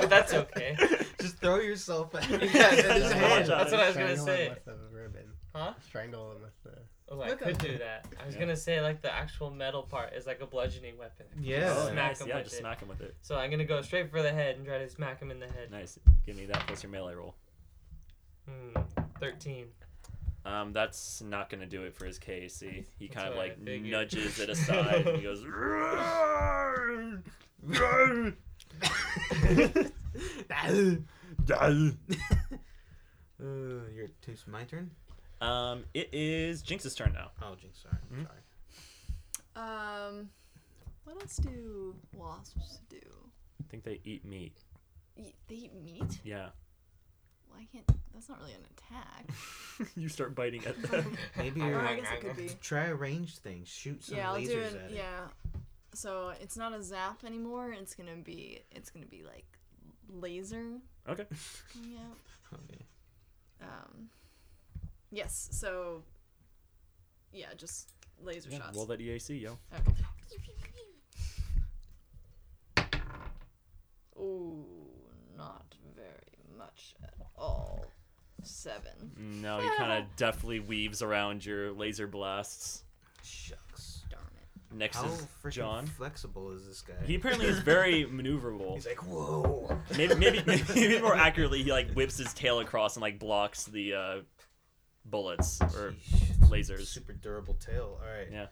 but that's okay.
Just throw yourself at him.
Yeah, that's
just
what-
hand.
that's what I was gonna
Strangle
say.
him with the ribbon.
Huh?
Strangle him with the.
Oh, I could do that. I was
Yeah.
gonna say like the actual metal part is like a bludgeoning weapon.
Yeah.
Just
Oh,
smack
nice.
him
Yeah,
with
just
it.
smack him with it.
So I'm gonna go straight for the head and try to smack him in the head.
Nice. Give me that plus your melee roll.
Hmm, Thirteen.
Um, that's not gonna do it for his KAC. He
That's
kind of
what I
like
figured.
nudges it aside. and he goes. "Run! Run!" Oh,
Uh, your it's my turn.
Um, it is Jinx's turn now.
Oh, Jinx, sorry.
Hmm?
Sorry.
Um, what else do wasps do?
I think they eat meat.
Eat, they eat meat.
Yeah.
Well, I can't. That's not really an attack.
you start biting at them.
Maybe
or
you're
I guess it could be.
try a ranged thing. Shoot some
Yeah, I'll do
lasers
it.
at it.
Yeah. So it's not a zap anymore. It's gonna be. It's gonna be like laser.
Okay.
Yeah.
Okay.
Um. Yes. So. Yeah, just laser
Yeah,
shots.
roll that EAC, yo.
Okay. Ooh, not very much at all. Seven.
No, he kind of deftly weaves around your laser blasts.
Shucks.
Darn it.
Next
How
is
freaking
John.
flexible is this guy?
He apparently is very maneuverable.
He's like, whoa.
Maybe, maybe, maybe more accurately, he like whips his tail across and like blocks the uh, bullets or
Sheesh.
lasers.
Super durable tail. All right.
Yeah.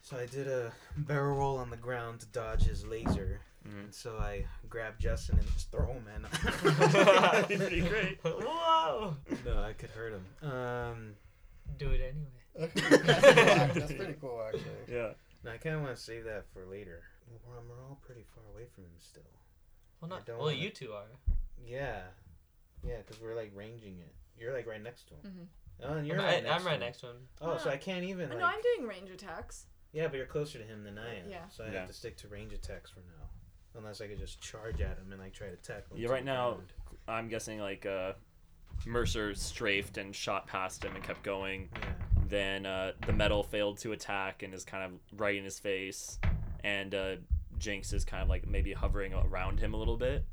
So I did a barrel roll on the ground to dodge his laser.
Mhm.
And so I grabbed Justin and just throw him
That'd be
in.
pretty great.
Whoa!
no, I could hurt him. Um,
Do it anyway.
That's pretty cool, actually.
Yeah.
no, I kind of want to save that for later. We're, we're all pretty far away from him still.
Well,
I
not.
don't
Well,
wanna-
you two are.
Yeah. Yeah, because we're like ranging it. You're like right next to him.
Mhm.
Oh, and you're
I'm
right,
right,
next
I'm
to
right
him.
next to him.
Oh, so
Ah.
I can't even. Like,
no, I'm doing range attacks.
Yeah, but you're closer to him than I am.
Yeah.
So I
Yeah.
have to stick to range attacks for now. Unless I could just charge at him and like try to tackle him.
Yeah,
to
right
the
now-
ground.
I'm guessing like uh, Mercer strafed and shot past him and kept going.
Yeah.
Then uh, the metal failed to attack and is kind of right in his face. And uh, Jinx is kind of like maybe hovering around him a little bit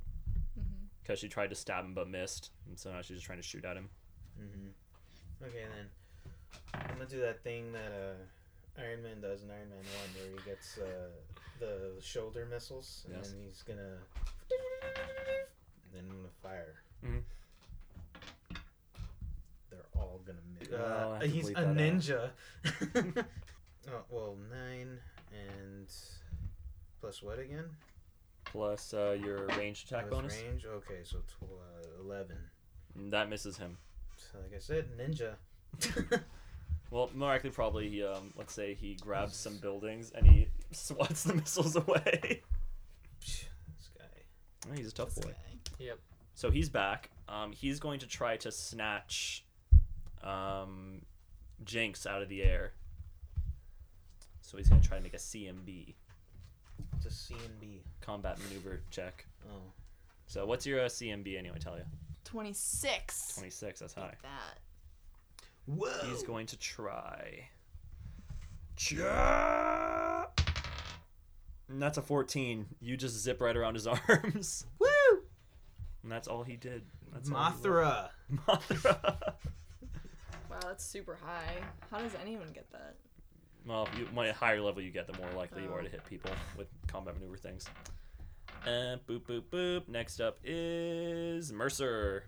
because she tried to stab him but missed. And so now she's just trying to shoot at him.
Mm-hmm. Okay, then. I'm going to do that thing that uh, Iron Man does in Iron Man 1 where he gets uh, the shoulder missiles and
Yes.
then he's going to. Then I'm going to fire.
Mhm.
They're all going to miss.
Mm-hmm. Oh, I'll
Uh,
have to
he's
bleep
a
that out.
ninja. oh, well, 9 and. Plus what again?
Plus uh, your ranged attack
With
bonus. Mm,
range? Okay, so tw- uh, 11.
That misses him.
So, like I said, ninja.
Well, more likely, probably, he, um, let's say he grabs some buildings and he swats the missiles away.
Psh, this guy.
Oh, he's a tough boy.
Yep.
So he's back. Um, he's going to try to snatch um, Jinx out of the air. So he's going to try to make a CMB,
It's a CNB.
combat maneuver check.
Oh.
So what's your uh, CMB anyway, Talia?
Twenty six.
26, that's high.
That.
Whoa!
He's going to try. Cha- And that's a 14. You just zip right around his arms.
Woo!
And that's all he did. That's all he rolled.
Mothra.
Mothra.
Wow, that's super high. How does anyone get that?
Well, you, my higher level you get, the more likely you are
Oh.
to hit people with combat maneuver things. Uh, boop, boop, boop. Next up is Mercer.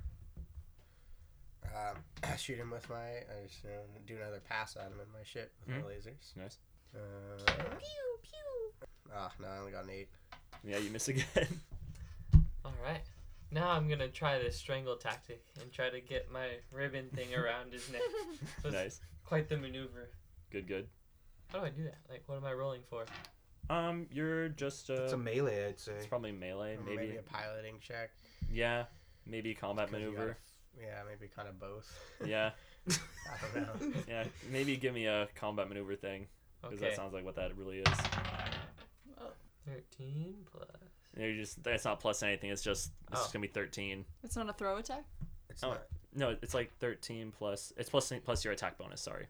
Um, I shoot him with my. I just you know, do another pass at him with my shit with
Hmm?
Mhm.
my lasers.
Nice.
Uh,
Pew pew.
oh no, I only got an eight.
Yeah, you miss again.
All right. Now I'm gonna try this strangle tactic and try to get my ribbon thing around his neck. So it's
nice.
Quite the maneuver.
Good, good.
How do I do that? Like, what am I rolling for?
Um, you're just, uh,
It's a melee, I'd say.
it's probably melee,
Or
maybe.
a piloting check.
yeah, maybe combat
'cause you gotta
maneuver.
f- yeah, maybe kind of both.
yeah,
I don't
Oh.
know.
yeah. Maybe give me a combat maneuver thing, because
Okay.
that sounds like what that really is.
Thirteen plus.
You're just, that's not plus anything. It's just, it's
Oh.
gonna be 13.
It's not a throw attack.
It's
Oh.
not-
No, it's like 13 plus. It's plus plus your attack bonus, sorry.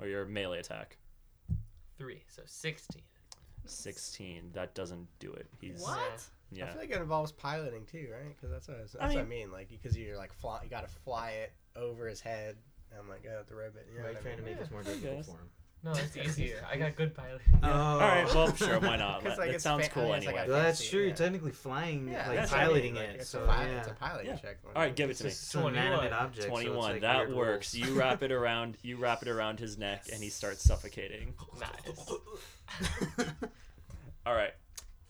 Or your melee attack.
Three. So sixteen.
16. That doesn't do it. He's
What?
I
yeah.
feel like it involves piloting too, right? Because that's what I, was, that's
I
what I mean. Like because you're like fly, you got to fly it over his head. And I'm like, oh, the robot. You know
Why are
what
you
I
trying to
mean?
make this more
I
difficult
guess.
for him?
No, it's easier. I got good pilot.
Oh.
All right, well, sure, why not?
'Cause,
That,
like,
that
it's
sounds
fa- I
cool
mean, it's like
anyway.
a-
Well, that's
fancy,
true.
yeah.
You're technically flying,
Yeah,
like
that's what I mean,
piloting
like,
it.
It's
So
a pilot,
yeah.
it's a pilot
Yeah.
check.
All right, give it to me.
It's just an
21.
inanimate object. so it's
21.
like
that
weird
works.
rules.
You wrap it around. You wrap it around his neck, and he starts suffocating.
Nice.
All right.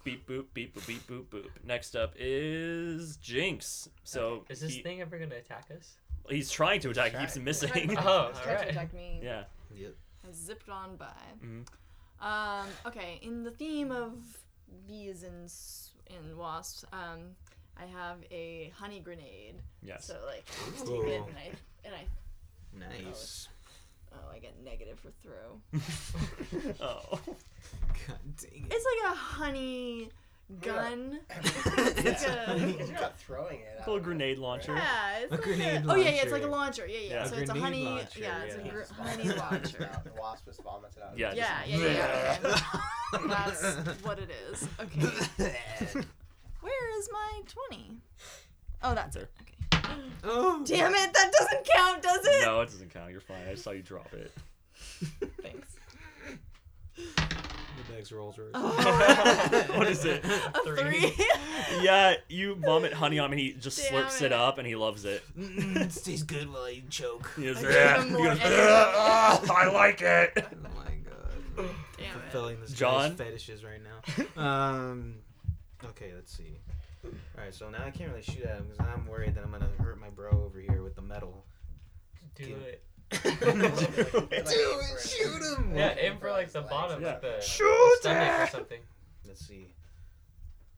Beep boop beep boop beep boop boop. Next up is Jinx. So
Is this
he-
thing ever gonna attack us?
He's trying to attack. He keeps
Try.
missing.
Oh, all
He's trying to
right. Mm-hmm.
attack me.
yeah.
Yep.
I zipped on by.
Mhm.
Um, okay, in the theme of bees and, s- and wasps, um, I have a honey grenade.
Yes.
So like, I just
Ooh.
take it and I and I
Nice.
oh I get negative for throw.
oh.
God dang it.
It's like a honey gun. It's like a-
You're not throwing it.
Little grenade launcher.
yeah, it's
A
like
grenade
a, oh yeah, yeah, it's like a
launcher.
launcher. Yeah, yeah.
Yeah.
so it's a
Grenade
honey.
launcher,
yeah, it's
yeah.
a gr- honey launcher.
The wasp just vomits it out.
Yeah.
Yeah,
just-
yeah, yeah. yeah. That's what it is. Okay. Where is my 20? Oh, that's it.
There.
Okay.
oh.
Damn it, that doesn't count, does it?
No, it doesn't count. You're fine. I saw you drop it.
Thanks.
The next rolls were. Oh.
what is it?
A three.
Yeah, you vomit honey on him. and He just
Damn
slurps
it.
it. up and he loves it.
Mm, it stays good while you choke.
He goes,
I gave
"Yeah."
him
He
more
goes,
energy.
"Ah, I like it.
Oh my god.
Damn it.
Fulfilling this
John?
guy's fetishes right now. Um. Okay, let's see. All right, so now I can't really shoot at him because I'm worried that I'm gonna hurt my bro over here with the metal.
Do
Dude.
it.
Dude, shoot him!
Yeah, aim for like the bottom
Yeah.
of the, the
Shoot
stomach or
it!
something.
Let's see.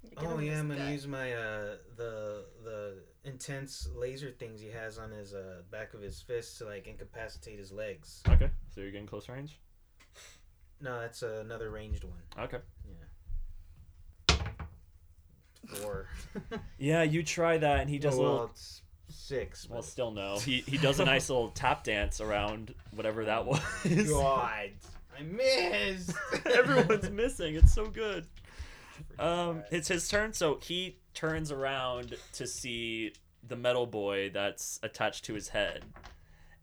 You give
Oh
him
yeah,
his
I'm gonna
gut.
use my uh the the intense laser things he has on his uh back of his fist to like incapacitate his legs.
Okay, so you're getting close range.
No, that's uh, another ranged one.
Okay.
Four.
Yeah, you try that, and he does a
Oh, well,
little.
it's six.
Well,
but-
still no. He he does a nice little tap dance around whatever that was.
God, I missed.
Everyone's missing. It's so good. Um, it's his turn, so he turns around to see the metal boy that's attached to his head,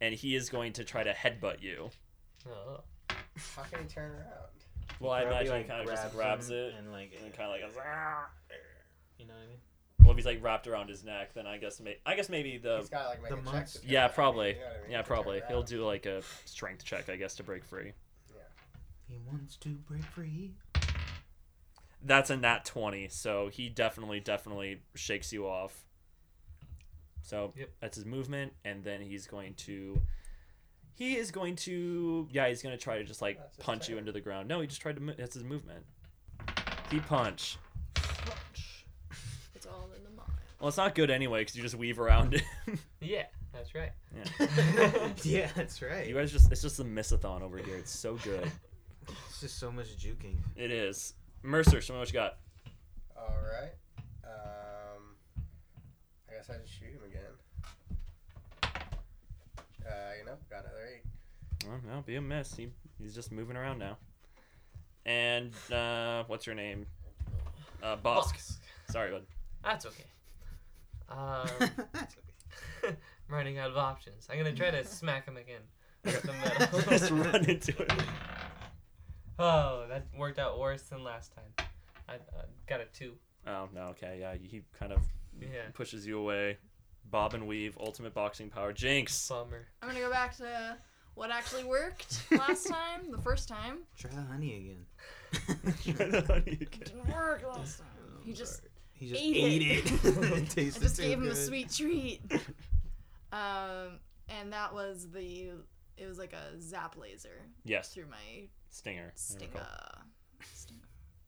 and he is going to try to headbutt you.
Oh.
How can he turn around?
Well, I
Probably,
imagine
like,
he kind of just grabs
him
it
and like,
and kind of like goes, "Ah."
you know what I mean.
well, if he's like wrapped around his neck, then I guess may- I guess maybe the
He's got to like make
the
a check
monster-
to turn
Uh, yeah
around,
probably
you know what I mean?
yeah
To turn
probably he'll
around.
do like a strength check I guess to break free.
He wants to break free.
That's in that 20, so he definitely, definitely shakes you off. So
Yep.
that's his movement, and then he's going to. He is going to. Yeah, he's going to try to just like
That's his
punch you
turn.
into the ground. No, he just tried to. mo- That's his movement. He punch.
Punch. It's all in the mind.
Well, it's not good anyway because you just weave around it.
Yeah, that's right.
yeah, that's right.
you guys just. It's just a misathon over here. It's so good.
It's just so much juking.
it is. Mercer, show me what you got.
All right. Um, I guess I just shoot him again. Uh, you know, got another eight.
Well, no, be a miss. He, he's just moving around now. And uh, what's your name? Uh, Bosk.
Bosk.
Sorry, bud.
That's okay. Um,
That's okay.
I'm running out of options. I'm gonna try to smack him again. with the
Just
metal.
run into it.
oh, that worked out worse than last time. I uh, got a two.
Oh no. Okay. Yeah. He kind of
Yeah.
pushes you away. Bob and weave. Ultimate boxing power. Jinx.
Bummer.
I'm gonna go back to what actually worked last time, the first time.
Try the honey
Try
again.
the honey again.
Didn't work last time. He
I'm
just
he just
ate
ate,
it.
it. it
I
tasted
just
too
gave him a
good.
sweet treat. Um, and that was the it was like a zap laser
Yes.
through my
Stinger. I
stinger.
recall.
Stinger.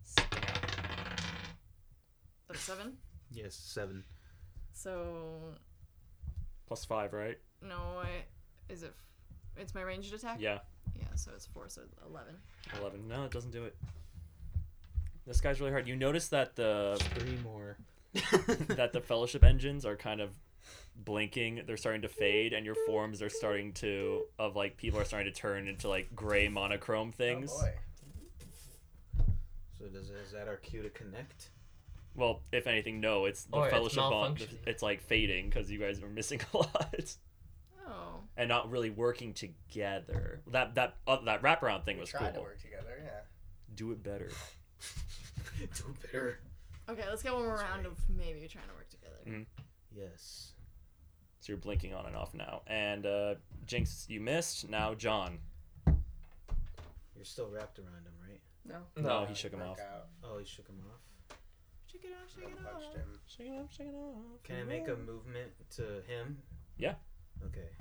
Stinger. That's seven.
Yes, seven.
So
Plus five, right?
no, I, is it? It's my ranged attack.
Yeah.
Yeah. So it's four. So eleven.
Eleven. No, it doesn't do it. This guy's really hard. You notice that the
Three more.
that the fellowship engines are kind of blinking they're starting to fade and your forms are starting to of like people are starting to turn into like gray monochrome things
Oh boy.
So does is that our cue to connect?
well if anything no it's the
Or Oh, it's
fellowship on
malfunctioning.
it's like fading because you guys are missing a lot
Oh.
and not really working together that that uh, that wraparound thing
We
was
tried
cool
to work together. Yeah.
do it better
Do better.
Okay. Let's get one more
That's
round
right.
of maybe trying to work together.
Mm.
Yes.
so you're blinking on and off now and uh jinx you missed now john
You're still wrapped around him, right?
No.
no,
No.
he shook him
Broke
off
out,
Oh, he shook him off.
Shake it off. Shake
and
it
punched
off.
him.
shake it off shake it off
Can I make a movement to him?
Yeah.
Okay.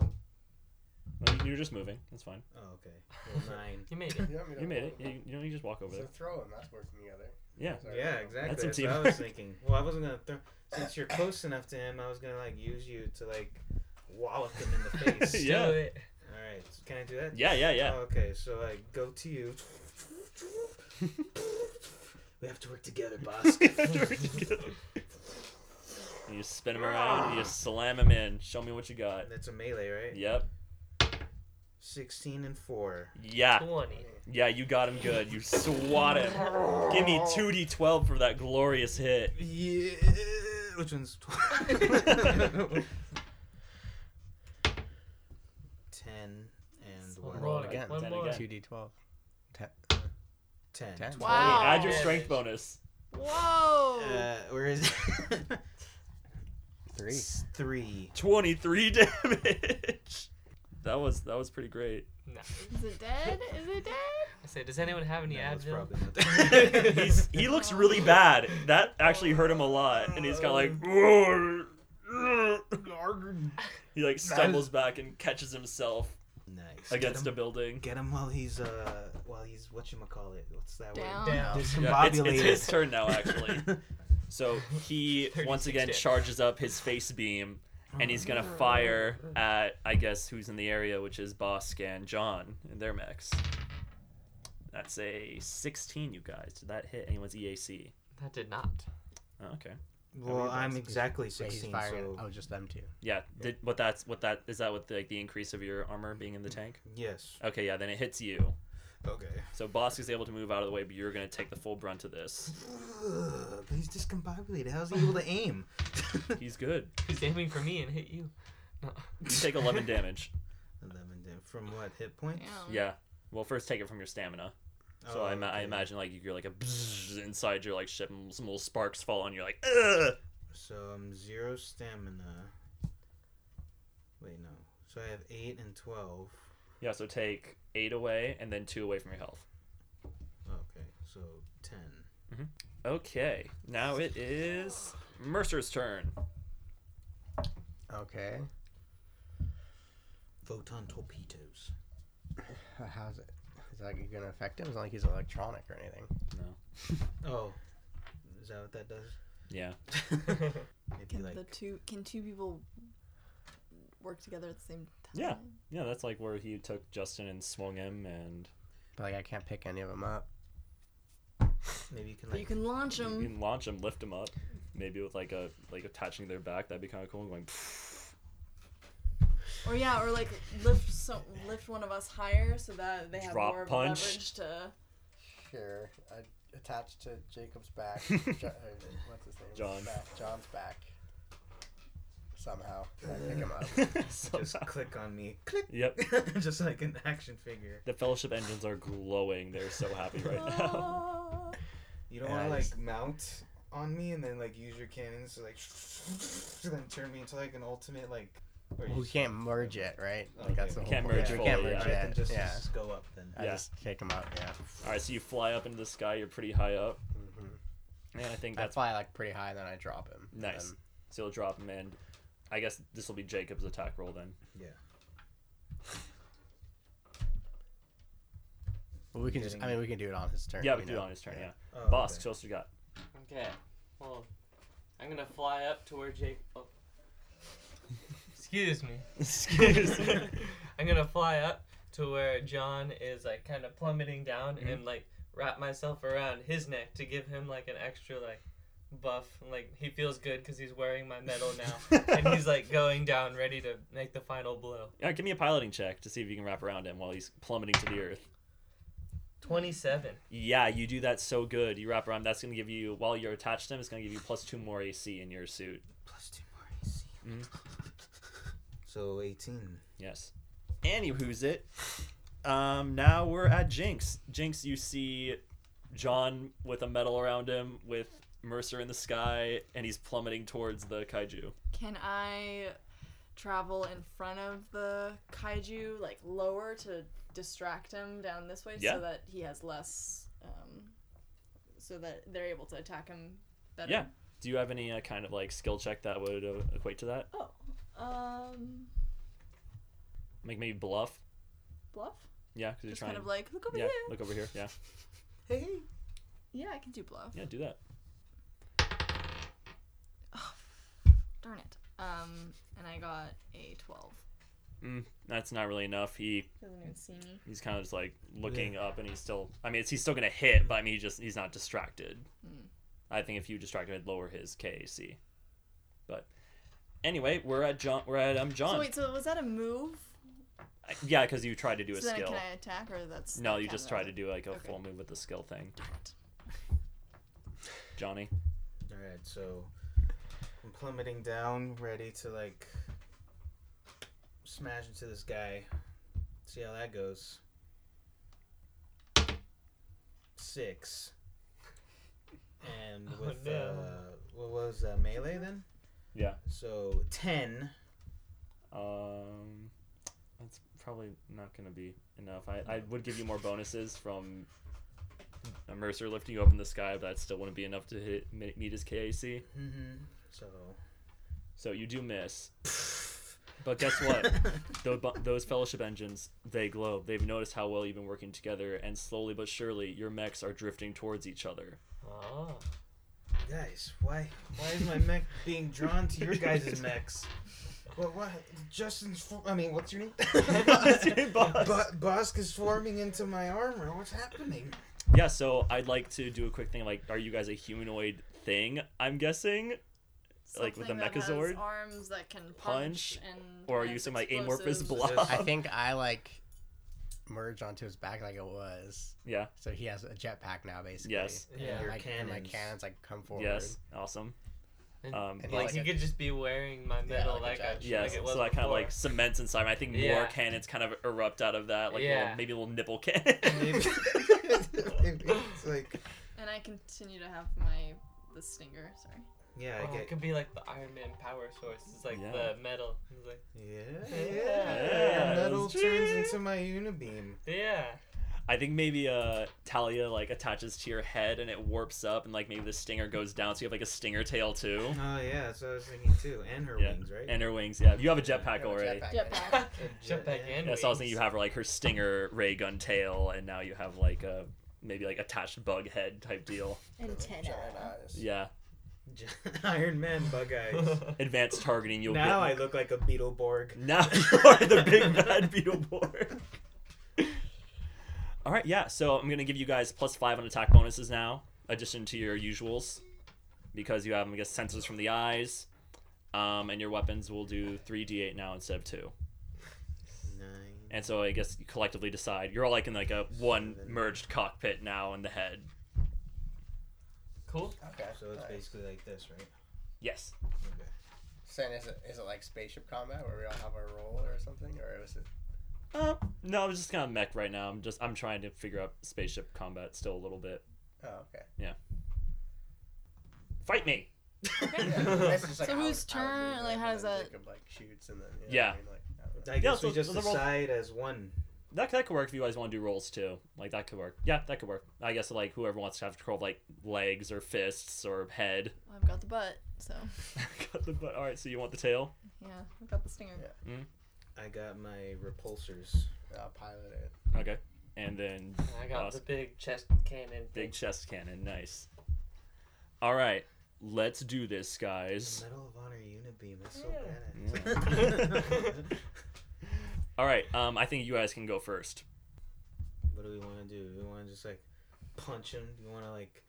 Well, you were just moving. That's fine.
Oh, okay. Well, nine.
You made it.
You made it. Yeah, you, you know, you just walk over
So
there.
throw them. That's working together.
Yeah.
Sorry.
Yeah, exactly.
That's
That's,
a
what I
team.
was thinking. Well, I wasn't gonna throw since you're close enough to him. I was gonna like use you to like wallop him in the face.
Yeah.
Do it.
All right. so can I do that?
Yeah, yeah, yeah.
Oh, okay. So I go to you. we have to work together, boss.
And you spin him around. and You slam him in. Show me what you got.
That's a melee, right?
Yep.
Sixteen and four.
Yeah.
20.
Yeah, you got him good. You swat him. Give me 2d12 for that glorious hit.
Yeah. Which one's ten and
Roll
one?
Roll
it.
again.
One
Ten
more.
again.
Two d twelve.
Ten.
Ten.
Wow.
Add your
Damage.
strength bonus.
Whoa!
Uh, where is it?
Three.
Three.
23 damage. That was that was pretty great.
No.
Is it dead? Is it dead?
I say, does anyone have any
No, it's
Advil?
probably not that.
He's he looks really bad. That actually hurt him a lot, and he's kind of like. "Roar, roar." He like stumbles back and catches himself
nice.
against
get
a
him,
building.
Get him while he's uh while he's what you call it? What's that
Down.
word?
Down.
Yeah, it's, it's
Discombobulated.
his turn now, Oh, actually. So he once
36
again
damage.
charges up his face beam, and he's gonna fire at I guess who's in the area, which is Boss and John and their mechs. That's a 16, you guys. Did that hit anyone's EAC?
That did not.
Oh, okay.
well, I'm
He's-
exactly
Wait, he's
sixteen.
firing.
So
Oh, just them two.
Yeah. Did what that's what that is that with like the increase of your armor being in the tank?
yes.
Okay, yeah. Then it hits you.
Okay.
So Boss is able to move out of the way, but you're gonna take the full brunt of this.
Ugh, but he's discombobulated. How's he able to aim?
He's good.
He's aiming for me and hit you. No.
You take 11 damage.
Eleven damage from what hit points?
Damn.
Yeah. Well, first take it from your stamina. So
Oh,
I, ma- I
okay.
imagine like you're like a bzzz inside your like ship and some little sparks fall and you're like Ugh!
So I'm zero stamina. Wait, no. So I have eight and twelve.
yeah. So take eight away and then two away from your health.
Okay, so ten.
Okay, now it is Mercer's turn.
Okay.
Photon torpedoes.
Uh, How's it? Is that gonna affect him? It's not like he's electronic or anything.
Oh, is that what that does?
Yeah,
if you
Can
like,
the two can two people work together at the same time?
Yeah. yeah. That's like where he took Justin and swung him, and
But like I can't pick any of them up.
maybe you can
But
like.
you can launch
you
them.
can launch him, lift him up, maybe with like a like attaching their back. That'd be kind of cool. Going.
Or yeah, or like lift so lift one of us higher so that they have
Drop
more of a
punch.
leverage to
Sure. I attached to Jacob's back. uh, what's his name?
John. Back-
John's back. Somehow I pick him up.
So-
Just click on me. Click.
yep.
Just like an action figure.
The Fellowship engines are glowing. They're so happy right now.
Ah.
You don't
Yeah,
want
I
to
just-
like mount on me and then like use your cannons to like and then turn me into like an ultimate like. or you
we
just-
can't merge it, right?
Okay.
Like that's the
We
whole
can't
point.
merge
We
fully,
can't
yeah.
merge
Alright,
yet.
then just,
yeah.
just go up then.
I
Yeah.
just take him up. Yeah.
All right, so you fly up into the sky. You're pretty high up, and I think
I
Mm-hmm. that's
fly like pretty high, and then I drop him. Um, and
Nice.
then-
So you'll drop him, and I guess this will be Jacob's attack roll then.
Yeah.
well, we can just. I
Getting-
mean, we can do it on his turn.
Yeah, we
you
can do it
know?
on his turn. Yeah.
Oh,
Boss,
okay.
show us what you got.
Okay. Well, I'm gonna fly up to where Jake. Oh. Excuse me.
Excuse
I'm gonna fly up to where John is like kind of plummeting down
Mm-hmm.
and like wrap myself around his neck to give him like an extra like buff. And, like he feels good because he's wearing my medal now, and he's like going down ready to make the final blow.
yeah, give me a piloting check to see if you can wrap around him while he's plummeting to the earth.
Twenty-seven.
Yeah, you do that so good. You wrap around. That's gonna give you while you're attached to him. It's gonna give you plus two more AC in your suit.
Plus two more AC. So 18.
Yes. Anywho's it. Um, now we're at Jinx. Jinx, you see John with a medal around him, with Mercer in the sky, and he's plummeting towards the kaiju.
Can I travel in front of the kaiju, like lower to distract him down this way
Yeah.
so that he has less, um, so that they're able to attack him better?
Yeah. Do you have any uh, kind of like skill check that would uh, equate to that?
Oh, um,
Like maybe bluff.
Bluff?
Yeah, because you're
Just
trying.
kind of like, look over
yeah,
here.
look over here. Yeah,
Hey.
Yeah, I can do bluff.
yeah, do that.
Darn it. Um, and I got a 12.
Mm, that's not really enough. He
Doesn't even see me.
he's kind of just like looking up, and he's still. I mean, it's, he's still gonna hit, but I mean, he just he's not distracted.
Mm.
I think if you distracted, I'd lower his KAC. But anyway, we're at John. We're at um John.
So wait, so was that a move?
I- yeah, because you tried to do a
so then
skill.
can I attack or that's
No,
that
you
counts
just
as
try
a-
to do like a
Okay.
full move with the skill thing.
Darn it.
Johnny.
All right, so I'm plummeting down, ready to like smash into this guy. See how that goes. Six. And
Oh,
with
no.
uh, what was uh, melee then?
Yeah.
So ten.
Um, that's probably not going to be enough. I, I would give you more bonuses from a Mercer lifting you up in the sky, but that still wouldn't be enough to hit me- meet his KAC.
Mm-hmm. So.
So you do miss. But guess what? those, those fellowship engines, they glow. They've noticed how well you've been working together, and slowly but surely, your mechs are drifting towards each other.
Oh.
Guys, why why is my mech being drawn to your guys' mechs? What what? Justin's. For, I mean, what's your name?
Boss.
Bu- Bosk is forming into my armor. What's happening?
Yeah, so I'd like to do a quick thing. Like, are you guys a humanoid thing? I'm guessing, like with the
Something that has
Mechazord,
arms that can
Punch,
punch, and
or are
has
you some like amorphous
explosives.
blob?
I think I like merged onto his back like it was.
Yeah.
So he has a jetpack now, basically.
Yes.
Yeah.
Your
Like, and my
cannons.
cannons like come forward.
Yes. Awesome.
And-
Um,
And
but-
Like,
like
he
a-
could just be wearing my metal
like
like,
a
I-
judge.
yes.
like it was
so that kind of
before.
like cements inside. I think more
Yeah.
cannons kind of erupt out of that, like little,
Yeah.
maybe a little nipple cannon.
Maybe- maybe it's like
And I continue to have my the stinger. Sorry.
yeah,
Oh,
I
it
get
could be like the Iron Man power source. It's like
Yeah.
the metal. It's like,
yeah,
Yeah.
Metal
Gee.
turns into my unibeam.
yeah.
I think maybe uh, Talia like attaches to your head and it warps up, and like maybe the stinger goes down, so you have like a stinger tail too.
Oh yeah, that's what I was thinking too. And her
Yeah.
wings, right?
And her wings. Yeah. You have a
Yeah, I
jetpack
have a
already.
jetpack.
Jetpack.
Jump back in.
Yeah, so I was thinking you have like her stinger ray gun tail, and now you have like a maybe like attached bug head type deal.
Antenna.
Giant eyes.
Yeah,
Iron Man, bug eyes.
advanced targeting. You'll
now I
get.
look like a Beetleborg.
Now you are the big bad Beetleborg. All right, yeah. So I'm gonna give you guys plus five on attack bonuses now, addition to your usuals, because you have I guess sensors from the eyes, um, and your weapons will do three d8 now instead of two.
Nine.
And so I guess you collectively decide you're all like in like a one
Seven.
merged cockpit now in the head.
Cool.
Okay.
So it's basically like this, right?
Yes.
Okay.
So then is it is it like spaceship combat where we all have our role or something, or was it?
Uh, no, I'm just kind of mech right now. I'm just I'm trying to figure out spaceship combat still a little bit.
Oh, okay.
Fight me.
Yeah, that's just, like,
So
I
whose
would- I would
turn,
move
like,
it,
how
and
does
then
that-
Jacob, like shoots and then
Yeah.
I mean, like, I don't know.
I guess
so-
we just
so the roll-
decide as one.
That that could work if you guys want to do rolls too. Like that could work. Yeah, that could work. I guess like whoever wants to have control of like legs or fists or head.
Well, I've got the butt, so
Got the butt. All right, so you want the tail?
yeah, I've got the stinger.
Yeah.
I got my repulsors.
I'll uh, pilot it.
Okay. And then
And I got
Awesome.
the big chest cannon.
big
Big.
chest cannon. Nice. All right, let's do this, guys.
Medal of Honor Unibeam. That's so
Yeah.
bad.
All right. Um, I think you guys can go first.
what do we want to do? Do we want to just like punch him? Do we want to like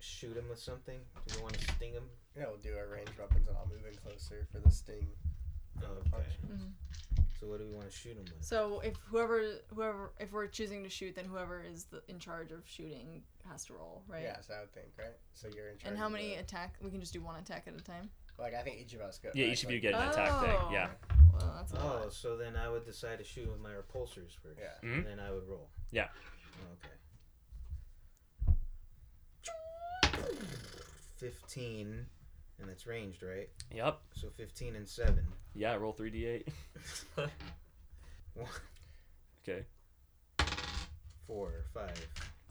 shoot him with something? Do we want to sting him?
Yeah, we'll do our range weapons, and I'll move in closer for the sting.
Oh,
and the
okay.
punch.
So what do we want to shoot him with?
So if whoever whoever if we're choosing to shoot, then whoever is the, in charge of shooting has to roll, right?
Yeah, so I would think, right? So you're in charge.
And how
of the-
many attack? We can just do one attack at a time.
like I think each of us go.
Yeah,
right?
each of
Like,
you get an attack
Oh.
thing. Yeah.
Well, that's a
Oh,
lot. Mm-hmm.
so then I would decide to shoot with my repulsors first.
Yeah.
Mhm.
And then I would roll.
Yeah.
Okay. Fifteen, and that's ranged, right?
Yep.
So fifteen and seven.
Yeah. Roll three d eight.
One,
Okay.
four, five.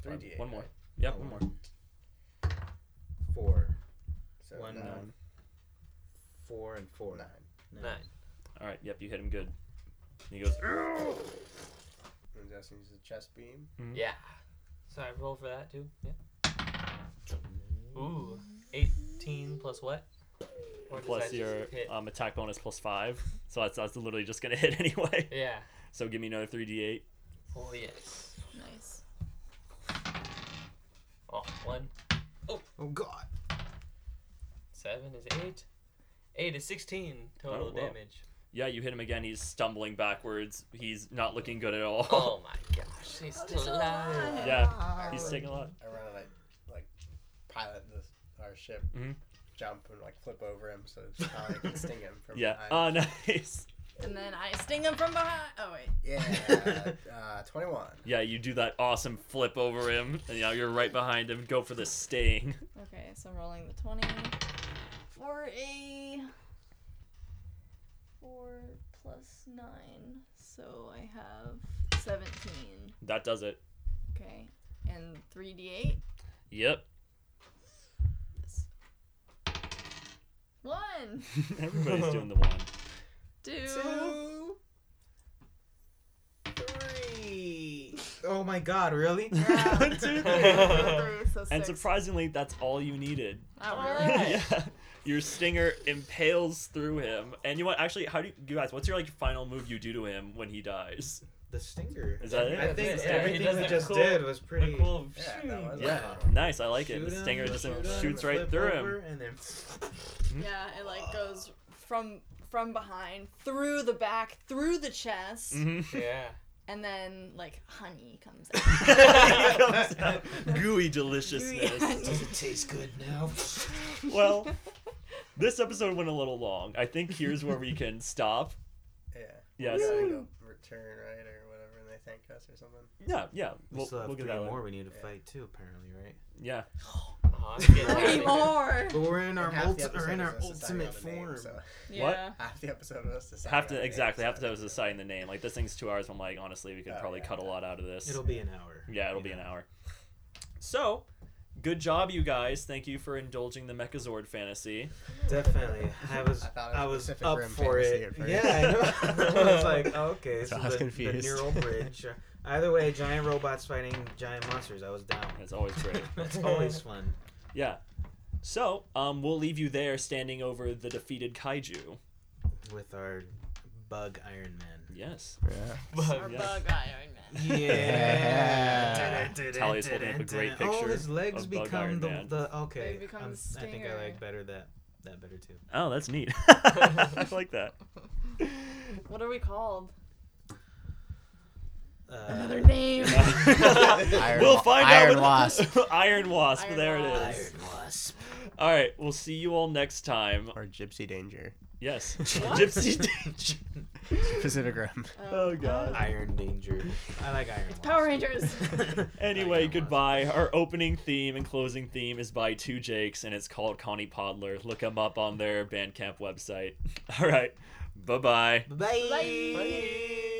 Three D.
um, One more. Yeah,
Oh,
one more.
Four.
So
One,
nine.
nine. Four and four.
Nine.
Nine.
All right. Yep, you hit him good. And he goes,
I'm guessing he's a chest beam.
Yeah. So I roll for that too. Yeah. Ooh, 18 plus what? Or does that
plus
just
your
hit?
um, attack bonus plus five. So that's, that's literally just going to hit anyway.
Yeah.
So give me another 3d8.
Oh yes.
Nice.
Oh, one,
Oh God.
seven is eight. Eight is 16 total
Oh, wow.
damage.
Yeah, you hit him again. He's stumbling backwards. He's not looking good at all.
Oh my gosh, he's
Oh,
still
he's
alive.
alive.
Yeah,
Ah.
he's taking a lot.
I run and I like pilot this our ship,
Mhm.
jump and like flip over him so it's how I can sting him from
Yeah.
behind.
Oh, nice.
And then I sting him from behind. Oh wait.
yeah, uh, twenty one.
Yeah, you do that awesome flip over him, and now you're right behind him. Go for the sting.
Okay, so I'm rolling the 20 for a 4 plus 9. So I have 17.
That does it.
Okay. And 3d8.
Yep.
1,
Everybody's doing the one.
2,
Two. Three. Oh my God! Really?
One, two, three.
three, so 6.
And surprisingly, that's all you needed.
That
All
really-
right.
yeah. Your stinger impales through him, and you want actually? How do you, you guys? What's your like final move you do to him when he dies?
The stinger.
Is that it?
I think
Yeah, he does
everything we
that
just
cool-
did was
The
pretty.
cool-
Yeah, that was
Yeah,
awesome.
nice. I like it. The
Shoot him,
stinger just
shoot him,
shoots right
flip
through
over,
him.
And then
Yeah, it like goes from from behind, through the back, through the chest,
Mhm.
Yeah.
and then like honey comes out.
It comes out Gooey deliciousness.
does it taste good now?
Well, this episode went a little long. I think here's where we can stop.
Yeah.
Yes.
We gotta go return right or whatever, and they thank us or something.
Yeah, yeah.
We
We'll,
still have
we'll
three
get that
more
more.
we need to
Yeah.
fight too, apparently, right?
Yeah.
Aw, it's Oh, getting
Three
out of here.
more.
But we're in
And
our
half the
ulti-
episode
or in
was
our
us deciding
ultimate
on the name,
form.
so
Yeah.
half the episode was us deciding
Have
on
to
the name,
exactly have
so-
to have us assign the name. Like this thing's two hours. I'm like, honestly, we could
Oh,
probably
yeah.
cut a lot out of this.
It'll be an hour.
yeah, it'll
you
be an
know.
hour. So, good job, you guys. Thank you for indulging the Mechazord fantasy.
Definitely. I was
I thought it was
I was
Pacific
up
Rim
for
fantasy
it.
at first.
Yeah, I know. I was like, oh, okay,
So
so
I was
the, the
confused.
neural bridge. Either way, giant robots fighting giant monsters. I was down.
It's always great.
That's always fun.
yeah. So, um, we'll leave you there, standing over the defeated kaiju.
With our bug Iron Man.
Yes.
Yeah.
But-
Our
Yeah.
bug Iron Man.
Yeah.
Talia's holding up a great
Oh,
picture
his legs
of Bug
become
Iron
the,
Man.
the okay.
They become
I'm- I think I
stinger.
like better that that better too.
Oh, that's neat. I like that.
What are we called?
Uh,
name.
Iron
we'll
wa-
find out.
Iron
when-
Wasp.
Iron Wasp.
Iron
there it
Wasp.
is.
wasp.
All right. We'll see you all next time.
Or Gypsy Danger.
Yes.
What?
Gypsy Danger.
Pacific Rim.
Oh, God.
Iron Danger. I like Iron. Wasp.
Power Rangers.
Anyway,
Iron Wasp.
goodbye. Our opening theme and closing theme is by Two Jakes, and it's called Connie Podler. Look them up on their Bandcamp website. All right. Bye-bye.
Bye.
Bye.
Bye.